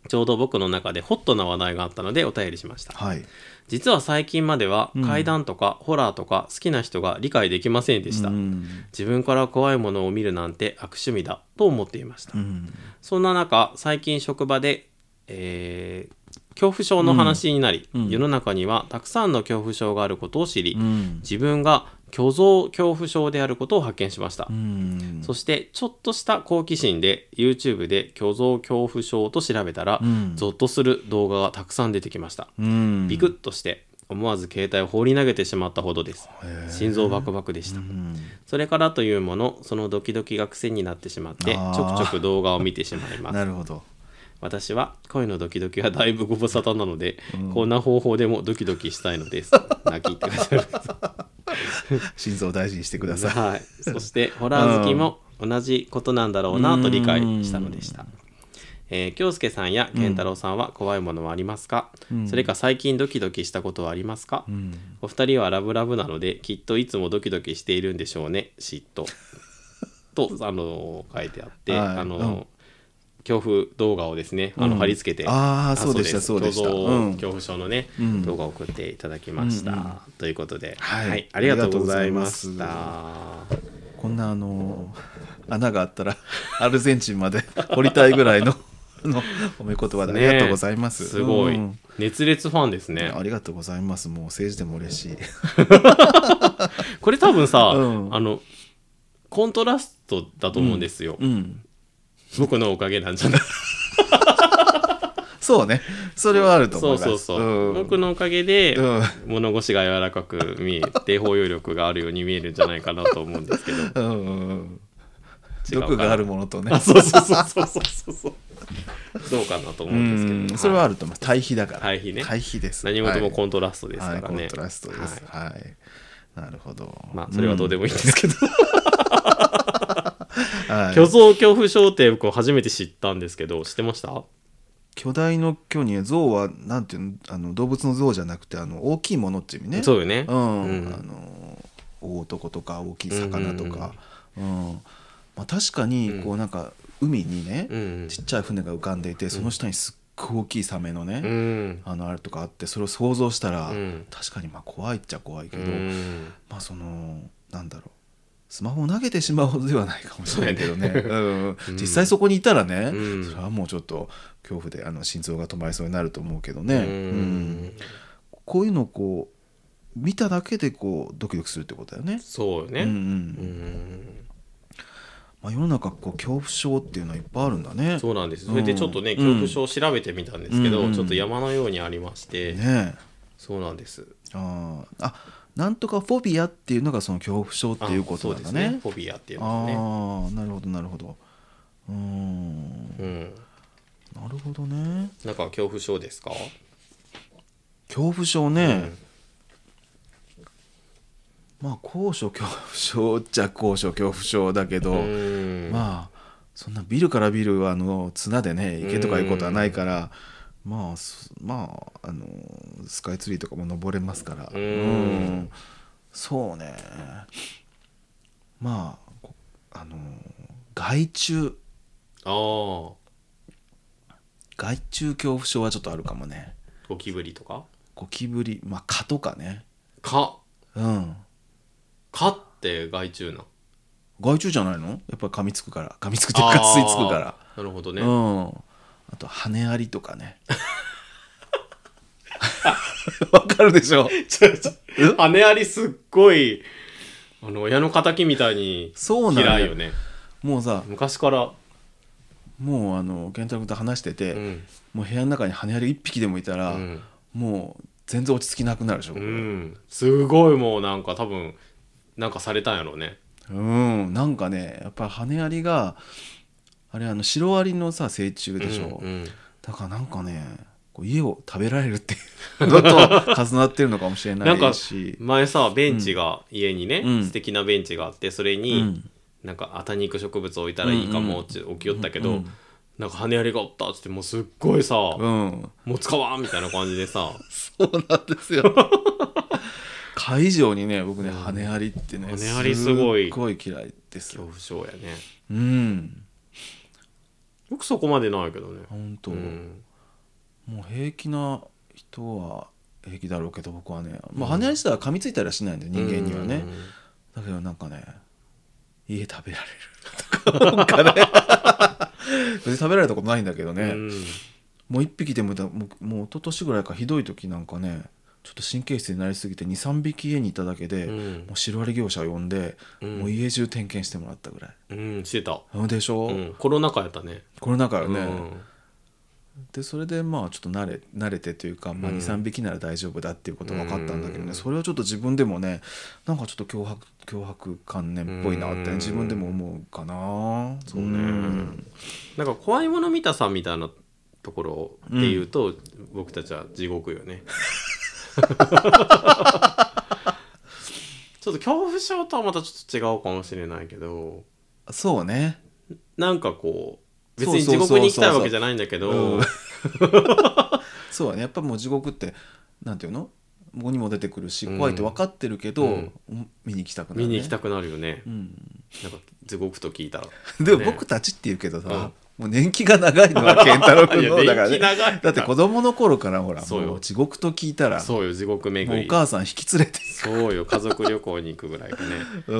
S2: ちょうど僕の中でホットな話題があったのでお便りしました。
S1: はい
S2: 実は最近までは
S1: うん
S2: 階段とかホラーとか好きな人が理解できませんでした。
S1: うん
S2: 自分から怖いものを見るなんて悪趣味だと思っていました。
S1: うん
S2: そんな中最近職場で、えー恐怖症の話になり、
S1: うんうん
S2: 世の中にはたくさんの恐怖症があることを知り、
S1: うん
S2: 自分が虚像恐怖症であることを発見しました、
S1: うん
S2: そしてちょっとした好奇心で YouTube で虚像恐怖症と調べたら、
S1: うん
S2: ゾッとする動画がたくさん出てきました、
S1: うん
S2: ビクッとして思わず携帯を放り投げてしまったほどです
S1: へー
S2: 心臓バクバクでした、
S1: うん
S2: それからというものそのドキドキが癖になってしまってち
S1: あー
S2: ょくちょく動画を見てしまいます
S1: なるほど
S2: 私は恋のドキドキはだいぶご無沙汰なので、
S1: うん
S2: こんな方法でもドキドキしたい のです泣きってください
S1: 心臓を大事にしてください
S2: はい、そしてホラー好きも同じことなんだろうなと理解したのでした。えー、京介さんや健太郎さんは怖いものはありますか、
S1: うん
S2: それか最近ドキドキしたことはありますか、
S1: うん
S2: お二人はラブラブなのできっといつもドキドキしているんでしょうね嫉 妬とあの書いてあって、
S1: はい
S2: あの、
S1: うん
S2: 恐怖動画をですねあの
S1: うん
S2: 貼り付けて、
S1: あーそうでしたそうでした
S2: 共同
S1: うん
S2: 恐怖症のね、
S1: うん
S2: 動画を送っていただきました、
S1: うんうん
S2: ということで、
S1: はい
S2: ありがとうございました
S1: こんなあの穴があったらアルゼンチンまで掘りたいぐらいのあのおめ言葉でありがとうございます、
S2: ねすごい、
S1: うん
S2: 熱烈ファンですね
S1: ありがとうございますもう政治でも嬉しい
S2: これ多分さ、
S1: うん
S2: あのコントラストだと思うんですよ、
S1: うん
S2: 僕のおかげなんじゃない
S1: そうねそれはあると思い
S2: そう
S1: ます
S2: そうそう、
S1: うん
S2: 僕のおかげで、
S1: うん
S2: 物腰が柔らかく見えて包容力があるように見えるんじゃないかなと思うんですけど違う
S1: うんうんうん
S2: かな
S1: 毒があるものとね
S2: あ そうそうそうそうそうそうどうかなと思
S1: う
S2: うんですけど、
S1: んそれはあると思います対比だから
S2: 対比ね
S1: 対比です
S2: 何事も
S1: はい
S2: コントラストですからね、
S1: はい、コントラストです。
S2: はい
S1: はい。なるほど。
S2: まあそれはどうでもいいんですけど、
S1: うん、はい
S2: 虚像恐怖症って僕初めて知ったんですけど知ってました
S1: 巨大の巨に象はなんていうのあの動物の象じゃなくてあの大きいものっていう意味ね。
S2: そうよね、
S1: うん。
S2: うん
S1: あの大男とか大きい魚とか。うんまあ確かにこうなんか海にね、
S2: うん
S1: ちっちゃい船が浮かんでいてその下にすっごい大きいサメのね、
S2: うん
S1: あのあれとかあってそれを想像したら、
S2: うん
S1: 確かにまあ怖いっちゃ怖いけ
S2: う
S1: ど、
S2: ん
S1: まあそのなんだろうスマホを投げてしまうほどではないかもしれないけどね、うん実際そこにいたらね、
S2: うん
S1: それはもうちょっと恐怖であの心臓が止まりそうになると思うけどね、
S2: う
S1: うん
S2: ん
S1: こういうのをこう見ただけでこうドキドキするってことだよね。
S2: そうよ
S1: うんう
S2: ねうんん
S1: まあ、世の中こう恐怖症っていうのはいっぱいあるんだね。
S2: そうなんですそれでちょっと
S1: う
S2: ね
S1: ん
S2: 恐怖症を調べてみたんですけ
S1: うんう
S2: ど
S1: ん
S2: ちょっと山のようにありまして
S1: ねえ
S2: そうなんです
S1: あーあなんとかフォビアっていうのがその恐怖症っていうことなんだ
S2: あそうで
S1: ね
S2: す。フォビアっていう
S1: あ
S2: のね
S1: あーなるほどなるほど。うーん
S2: うん
S1: なるほどね。
S2: なんか恐怖症ですか
S1: 恐怖症
S2: う
S1: ね
S2: ん、
S1: まあ高所恐怖症っちゃ高所恐怖症だけど、
S2: うん
S1: まあそんなビルからビルあの綱でね池とか行くことはないから、まあそまああのスカイツリーとかも登れますから、
S2: うん
S1: そうねまあこあの害虫
S2: ああ
S1: 害虫恐怖症はちょっとあるかもね
S2: ゴキブリとか
S1: ゴキブリまあ蚊とかね
S2: 蚊
S1: うん
S2: 蚊って害虫な
S1: 害虫じゃないのやっぱり噛みつくから噛みつくっていうか吸いつくから
S2: あーなるほど ね、
S1: うん、あと羽ありとか ねわかるでしょ
S2: ちょちょ羽ありすっごいあの親の敵みたいに
S1: そうなんだ
S2: 嫌いよね
S1: もうさ
S2: 昔から、
S1: もうあの健太郎君と話してて、
S2: うん
S1: もう部屋の中に羽あり一匹でもいた
S2: う
S1: ら、
S2: ん
S1: もう全然落ち着きなくなるでしょ、
S2: うん、すごいもうなんか多分なんかされたんやろうね
S1: うんなんかねやっぱ羽ありがあれあのシロアリのさ成虫でしょ、
S2: うんうん
S1: だからなんかねこう家を食べられるっていうのと重なってるのかもしれないし
S2: なんか前さベンチが、家にね、
S1: うん
S2: 素敵なベンチがあってそれに、
S1: うん
S2: なんか多肉植物置いたらいいかもって置きよったけど、
S1: うんうん
S2: なんか羽ありがおったっつってもうすっごいさ、
S1: うん
S2: もう使わんみたいな感じでさ
S1: そうなんです よ。会場にね、僕ね、羽ありってね、
S2: 羽ありすごい
S1: すっごい嫌いです
S2: 恐
S1: よ。
S2: 怖症やね
S1: うん、
S2: よくそこまでないけどね
S1: 本当、
S2: うん
S1: もう平気な人は平気だろうけど、僕はね、まあ、羽ありしたら噛みついたりはしないんで、人間にはね。だけど、なんかね、家食べられるとか、 なんかね、別に食べられたことないんだけど
S2: う
S1: ね、
S2: んうん
S1: もう一匹でもいたもう、もう一昨年ぐらいか、ひどい時なんかね、ちょっと神経質になりすぎて、2、3匹家にいただけで、
S2: うん
S1: もうシロアリ業者を呼んで、
S2: うん
S1: もう家中点検してもらったぐらい、
S2: うんしてた、
S1: うん、でしょ、
S2: うん、コロナ禍やったね
S1: コロナ禍よ
S2: う
S1: ね、
S2: ん
S1: でそれでまあちょっと慣れ慣れてというか、まあ、
S2: うん
S1: 23匹なら大丈夫だっていうことが分かったんだけどね、
S2: うん
S1: それはちょっと自分でもねなんかちょっと脅迫脅迫観念っぽいなってね、
S2: うん
S1: 自分でも思うかなそうね
S2: うんなんか怖いもの見たさみたいなところで言うと、僕たちは地獄よ ねちょっと恐怖症とはまたちょっと違うかもしれないけど
S1: そうね
S2: なんかこう別
S1: そう
S2: に
S1: そうそうそ
S2: 地
S1: う
S2: 獄に行きたいわけじゃないんだけど
S1: うんそうだねやっぱもう地獄ってなんていうのここにも出てくるし
S2: うん
S1: 怖いって分かってるけど、
S2: うん
S1: 見に行きたくなる、ね、
S2: 見に行きたくなるよね
S1: うん
S2: なんか地獄と聞いたら
S1: でも
S2: ね
S1: 僕たちって言うけどさ、もう年季が長いのは健太郎君の
S2: いや
S1: だからね
S2: 年季長いから
S1: だって子供の頃からほら
S2: そうよ
S1: もう地獄と聞いたらも
S2: そうよ地獄
S1: う
S2: 巡
S1: お
S2: り
S1: 母さん引き 連れて
S2: そうよ家族旅行に行くぐ らいかね
S1: う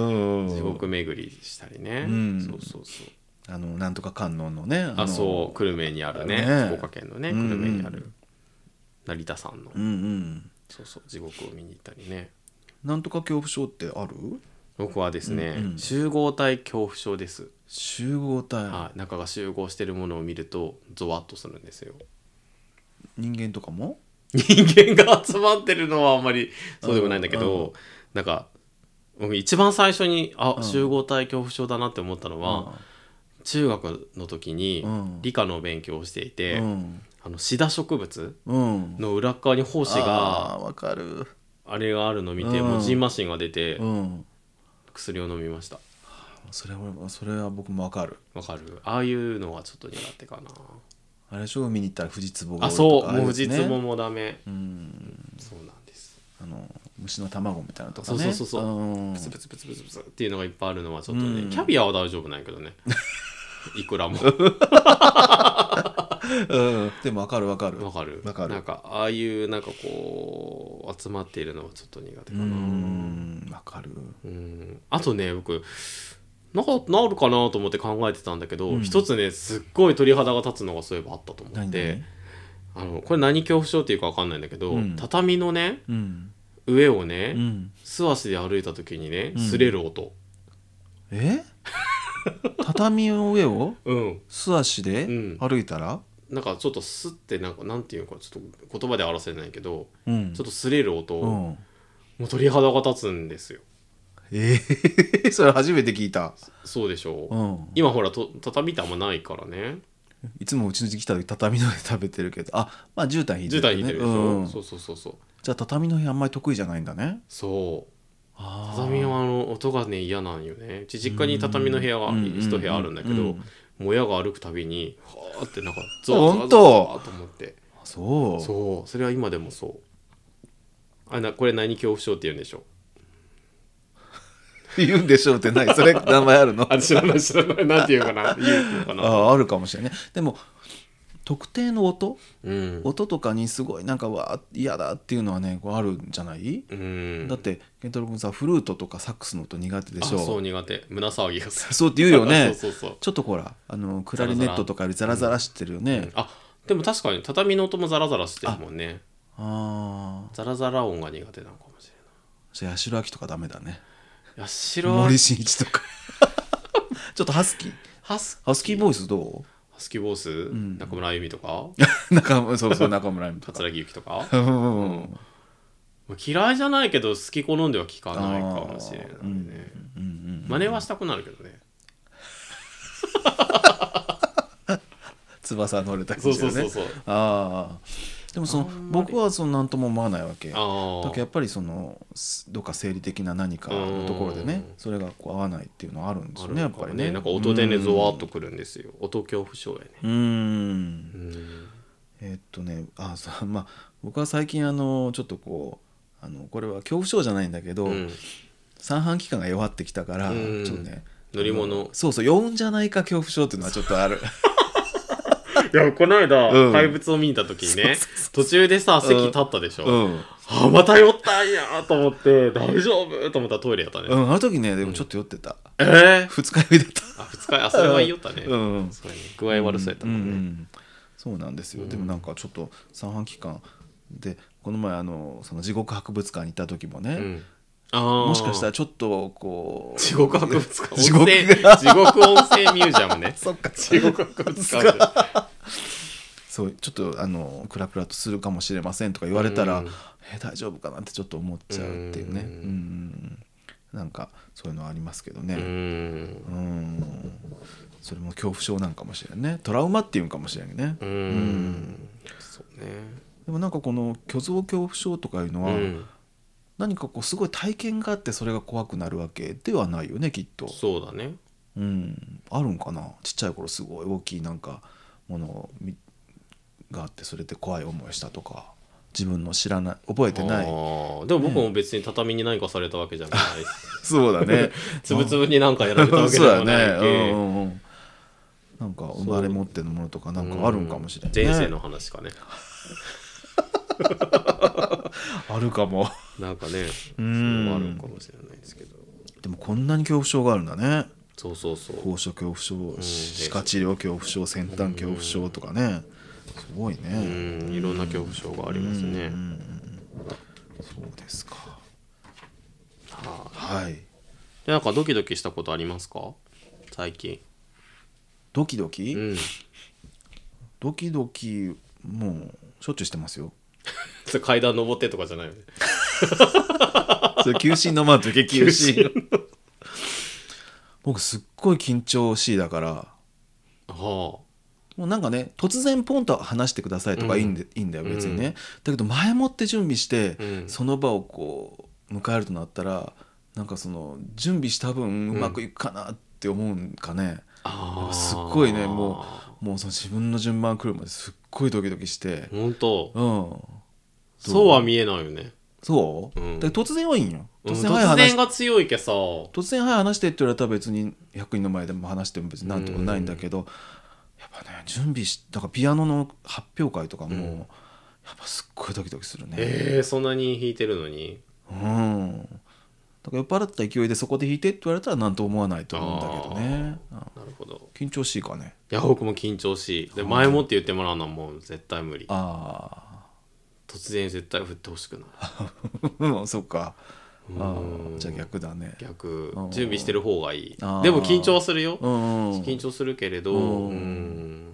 S1: ん
S2: 地獄巡りしたりね、
S1: うん
S2: そうそうそう
S1: あのなんとか観音のね
S2: あ
S1: の
S2: そう久留米にあるね
S1: ね
S2: 福岡県のね
S1: うん
S2: 久
S1: うん
S2: 留米にある成田山の、
S1: うんうん
S2: そうそう地獄を見に行ったりね
S1: なんとか恐怖症ってある
S2: 僕はですね、
S1: うんうん
S2: 集合体恐怖症です、
S1: 集合体、
S2: はい、中が集合してるものを見るとゾワッとするんですよ
S1: 人間とかも
S2: 人間が集まってるのはあんまりそうでもないんだけど、なんか僕一番最初にあ、
S1: うん
S2: 集合体恐怖症だなって思ったのは、中学の時に
S1: うん
S2: 理科の勉強をしていて、
S1: うん
S2: あのシダ植物
S1: うん
S2: の裏側に胞子が
S1: あーわかる
S2: あれがあるの見て、
S1: うん
S2: もうジンマシンが出て、
S1: うん
S2: 薬を飲みました
S1: それはそれは僕もわかる
S2: わかるああいうのはちょっと苦手かな
S1: あれでしょ見に行ったら富士壺が
S2: あ
S1: 多いと
S2: そ
S1: か
S2: う
S1: あれ
S2: もう
S1: ですね
S2: 実ももうダメ、
S1: うん
S2: そうなんです
S1: あの虫の卵みたいなのとか
S2: そ
S1: ね
S2: うそうそうそう
S1: うん
S2: プツプツプツプツプツっていうのがいっぱいあるのはちょっとね、
S1: うん
S2: キャビアは大丈夫なんやけどねいくらも
S1: うん、でもわかるわかる
S2: わかる
S1: わかる
S2: なんかああいうなんかこう集まっているのはちょっと苦手
S1: う
S2: かなうん
S1: んわかる
S2: あとね僕なんか治るかなと思って考えてたんだけど、
S1: うん
S2: 一つねすっごい鳥肌が立つのがそういえばあったと思っ
S1: 何
S2: て
S1: で
S2: あのこれ何恐怖症っていうかわかんないんだけど、
S1: うん
S2: 畳のね
S1: うん
S2: 上をね、
S1: うん
S2: 素足で歩いた時にね
S1: うん
S2: 擦れる音
S1: え畳の上を
S2: うん、
S1: 素足で
S2: うん
S1: 歩いたら
S2: なんかちょっとスってなんかなんていうのかちょっと言葉で表せないけど
S1: うん
S2: ちょっと擦れる音、
S1: う
S2: も
S1: ん
S2: う鳥肌が立つんですよ
S1: えーそれ初めて聞いた
S2: そうでしょう、
S1: うん
S2: 今ほらと畳ってあんまないからね
S1: いつもうちの家来た時畳の上で食べてるけどあまあ絨毯引いて
S2: 絨
S1: るね
S2: 毯引いてるでしょ、
S1: うん
S2: そうそうそうそう
S1: じゃあ畳の部屋あんまり得意じゃないんだね
S2: そう
S1: あー
S2: 畳はあの音がね嫌なんよねうち実家に畳の部屋が
S1: うん
S2: 一部屋あるんだけど、
S1: うんうん
S2: もやが歩くたびにはあってなんかゾワゾワ
S1: 本当
S2: ゾワと思って
S1: そう
S2: そうそれは今でもそうあなこれ何恐怖症って言うんでしょ う
S1: 言うんでしょうってないそれ名 前あるの
S2: あ知らない知らないなんて言うか な言うっていうかな
S1: あああるかもしれないでも特定の音
S2: うん
S1: 音とかにすごいなんかわー嫌だっていうのはねこうあるんじゃない、
S2: うん
S1: だって健太郎君さフルートとかサックスの音苦手で
S2: あ
S1: しょ
S2: そう苦手胸騒ぎがする
S1: そうって言うよ ね
S2: そうそうそう
S1: ちょっとほらあのクラリネットとかよりザラザラしてるよね、
S2: あでも確かに畳の音もザラザラしてるもんね
S1: ああ
S2: ザラザラ音が苦手なのかもしれ
S1: じゃあ八代亜紀とかダメだね
S2: ない八代
S1: 森進一とか ちょっとハスキー
S2: ハス
S1: ハスキーボイスど
S2: ハスキーボース、
S1: ん
S2: 中村あゆみとか
S1: う 中そうそう中村亜美とか
S2: 桂木由紀とか
S1: うんうん
S2: まあ嫌いじゃないけど好き好んでは聞かないかもしれないね、
S1: あーうんうん
S2: 真似はしたくなるけどね
S1: 翼乗れたり
S2: そう
S1: して
S2: そ
S1: ね
S2: うそうそう
S1: ああでもその
S2: あんまり
S1: 僕はその何とも思わないわけだ
S2: あ
S1: けどや
S2: あ
S1: っぱりそのすどっか生理的な何かのところでね
S2: うん
S1: それがこう合わないっていうのはあるんですよねやっぱり
S2: ね
S1: ね
S2: なんか音でねゾワっとくるんですよ音恐怖症やね
S1: うんうん
S2: うん
S1: えっとねあそうまあ僕は最近あのちょっとこうあのこれは恐怖症じゃないんだけど、
S2: うん
S1: 三半規管が弱ってきたから、
S2: うん
S1: ちょっとね
S2: 乗り物
S1: そうそう酔うんじゃないか恐怖症っていうのはちょっとある
S2: いやこの間、
S1: うん
S2: 怪物を見に行った時にね途中でさ席立ったでしょ、
S1: うん、
S2: あまた酔ったんやと思って大丈夫と思ったらトイレやったね、
S1: うん、あの時ねでもちょっと酔ってた、
S2: ええ
S1: 二日酔いだった
S2: あ二日酔いあそれは酔ったね、
S1: うん
S2: そうやね具合悪そうやったもんね、
S1: うんうんそうなんですよ、でもなんかちょっと三半規管でこの前あのその地獄博物館に行った時もね、
S2: うんああ
S1: もしかしたらちょっとこう
S2: 地獄博物館
S1: 地獄
S2: 音声地獄音声ミュージアム ね
S1: そっか
S2: 地獄博物館
S1: そうちょっとあのクラクラとするかもしれませんとか言われたら、
S2: うん
S1: え大丈夫かなってちょっと思っちゃうっていうね、う
S2: うんん
S1: うんなんかそういうのはありますけど
S2: う
S1: ね
S2: ん
S1: うんそれも恐怖症なんかもしれないねトラウマっていうんかもしれないね、
S2: うん、うん、そうね
S1: でもなんかこの虚像恐怖症とかいうの
S2: う
S1: は、
S2: ん
S1: 何かこうすごい体験があってそれが怖くなるわけではないよねきっと、
S2: そうだね
S1: うん、あるんかなちっちゃい頃すごい大きいなんかものを見があってそれで怖い思いしたとか自分の知らない覚えてな
S2: あ
S1: い
S2: ーでも僕も別に畳に何かされたわけじゃないし
S1: そうだね
S2: つぶつぶになんかやられたわけで
S1: そうだ
S2: もない
S1: ね、
S2: け、
S1: うんうんうん、なんか生まれ持ってのものとかなんかあるんかもしれない、ね、
S2: 前世の話かね
S1: あるかも
S2: なんかね
S1: う
S2: そ
S1: ん
S2: れはあるかもしれないですけど
S1: でもこんなに恐怖症があるんだね
S2: そうそうそう
S1: 高所恐怖症歯科治療恐怖症先端恐怖症とかねすごいね、
S2: うんいろんな恐怖症があります
S1: う
S2: ね、
S1: んうんうんそうですか。
S2: は
S1: はい。
S2: いでなんかドキドキしたことありますか最近
S1: ドキドキ、
S2: うん
S1: ドキドキもうしょっちゅうしてますよ。
S2: それ階段登ってとかじゃないよね
S1: それ休診のマート 激
S2: 急進
S1: 僕すっごい緊張しいだから。
S2: は
S1: もうなんかね突然ポンと話してくださいとかいいんで、いいんだよ別にね、
S2: う
S1: だけど前もって準備して、
S2: うん
S1: その場をこう迎えるとなったらなんかその準備した分うまくいくかなって思うんかね、
S2: ああ
S1: すっごいねももうその自分の順番来るまですっごいドキドキして、
S2: 本当
S1: うん、
S2: そうは見えないよね
S1: そう、
S2: うん
S1: だから突然はいいんよ
S2: うん
S1: 突然はい
S2: 突
S1: 話し
S2: 然が強いけさ
S1: 突然はい話してって言われたら別に100人の前でも話しても別になんてことないんだけど、やっぱね準備しだからピアノの発表会とかも、
S2: うん
S1: やっぱすっごいドキドキするね、
S2: えー、そんなに弾いてるのに
S1: うんだから酔っ払った勢いでそこで弾いてって言われたら何とも思わないと思うんだけどねうん
S2: なるほど
S1: 緊張しいかね
S2: いや僕も緊張しいで前もって言ってもらうのはもう絶対無理
S1: あ
S2: 突然絶対振ってほしくない
S1: あうん そっかあ
S2: う
S1: ー
S2: ん
S1: じゃあ逆だね
S2: 逆
S1: うん
S2: 準備してる方がいい
S1: あー
S2: でも緊張はするよ
S1: うんうん
S2: 緊張するけれど
S1: うん
S2: うん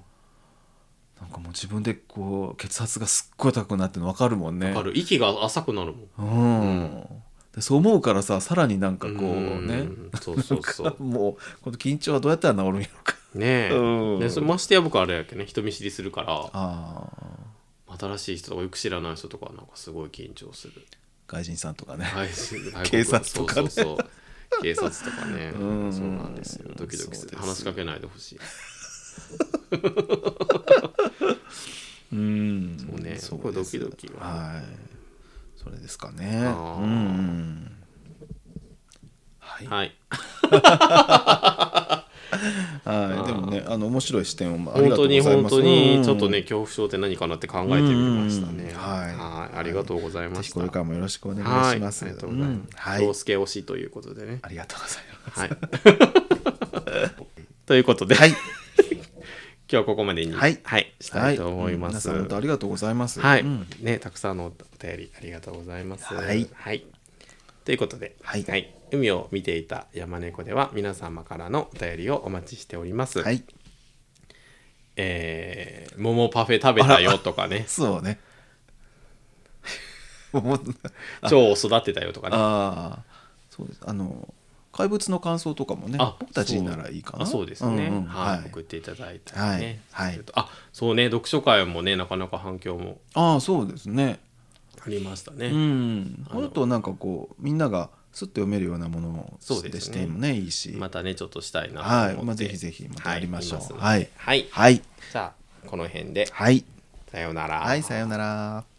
S1: なんかもう自分でこう血圧がすっごい高くなってるの分かるもんね
S2: わかる息が浅くなるもん
S1: うん、
S2: うん
S1: でそう思うからささらになんかこうね
S2: んそうそうそ
S1: なん
S2: う
S1: かもうこの緊張はどうやったら治るんやろうか
S2: ねえ
S1: うん
S2: でそれましてや僕あれやけどね人見知りするから
S1: ああ
S2: 新しい人とかよく知らない人とかはなんかすごい緊張する
S1: 外人さんとかね、
S2: はい、
S1: 警察とかね
S2: そうそうそう警察とかね
S1: うん
S2: そうなんですよドキドキす
S1: そうです
S2: る話しかけないでほしい
S1: うん
S2: そうね
S1: そう
S2: これ
S1: で
S2: ド
S1: す
S2: キドキは
S1: はいそれですかね
S2: あー
S1: うんうんはい、はい
S2: はい
S1: でもねあの面白い視点をまああり
S2: 本
S1: がと
S2: 当
S1: うござい
S2: に
S1: ます
S2: 本当
S1: う
S2: に
S1: ん
S2: ちょっとね恐怖症って何かなって考えてみましたね
S1: うんはい
S2: はいありがとうございま
S1: ぜ
S2: し
S1: ひ
S2: た
S1: これからもよろしくお願いします
S2: はい、ありがとうございます
S1: ん。はい
S2: 陽介推しということでね。
S1: ありがとうございます
S2: はい。 ということで、
S1: はい
S2: 今日はここまでに、
S1: はい
S2: したいと思います。
S1: は
S2: はい
S1: うん皆さん本当ありがとうございます
S2: い、
S1: うん
S2: ね、たくさんのお便りありがとうございます。
S1: はい
S2: ということで、
S1: はい
S2: 海を見ていた山猫では皆様からのお便りをお待ちしております。
S1: はい
S2: えー桃パフェ食べたよと かね、
S1: そうねもう
S2: 蝶を育てたよとかね。
S1: ああそうですあの怪物の感想とかもね僕たちにならいいかな
S2: そうあそうですね、
S1: んうん
S2: はい、
S1: はい
S2: 送っていただいたりね、
S1: はいはい
S2: あそうね読書会もねなかなか反響も
S1: ああそうですね
S2: ありましたね、
S1: うん
S2: あの
S1: もっとなんかこうみんながスッと読めるようなものを
S2: そうですね
S1: でしてもねいいし
S2: またねちょっとしたいなと思っ
S1: は
S2: て、
S1: いまあぜひぜひまたやりましょう
S2: は
S1: は
S2: い
S1: い
S2: はい
S1: はい
S2: じゃあこの辺で
S1: はい
S2: さようなら
S1: はいさようなら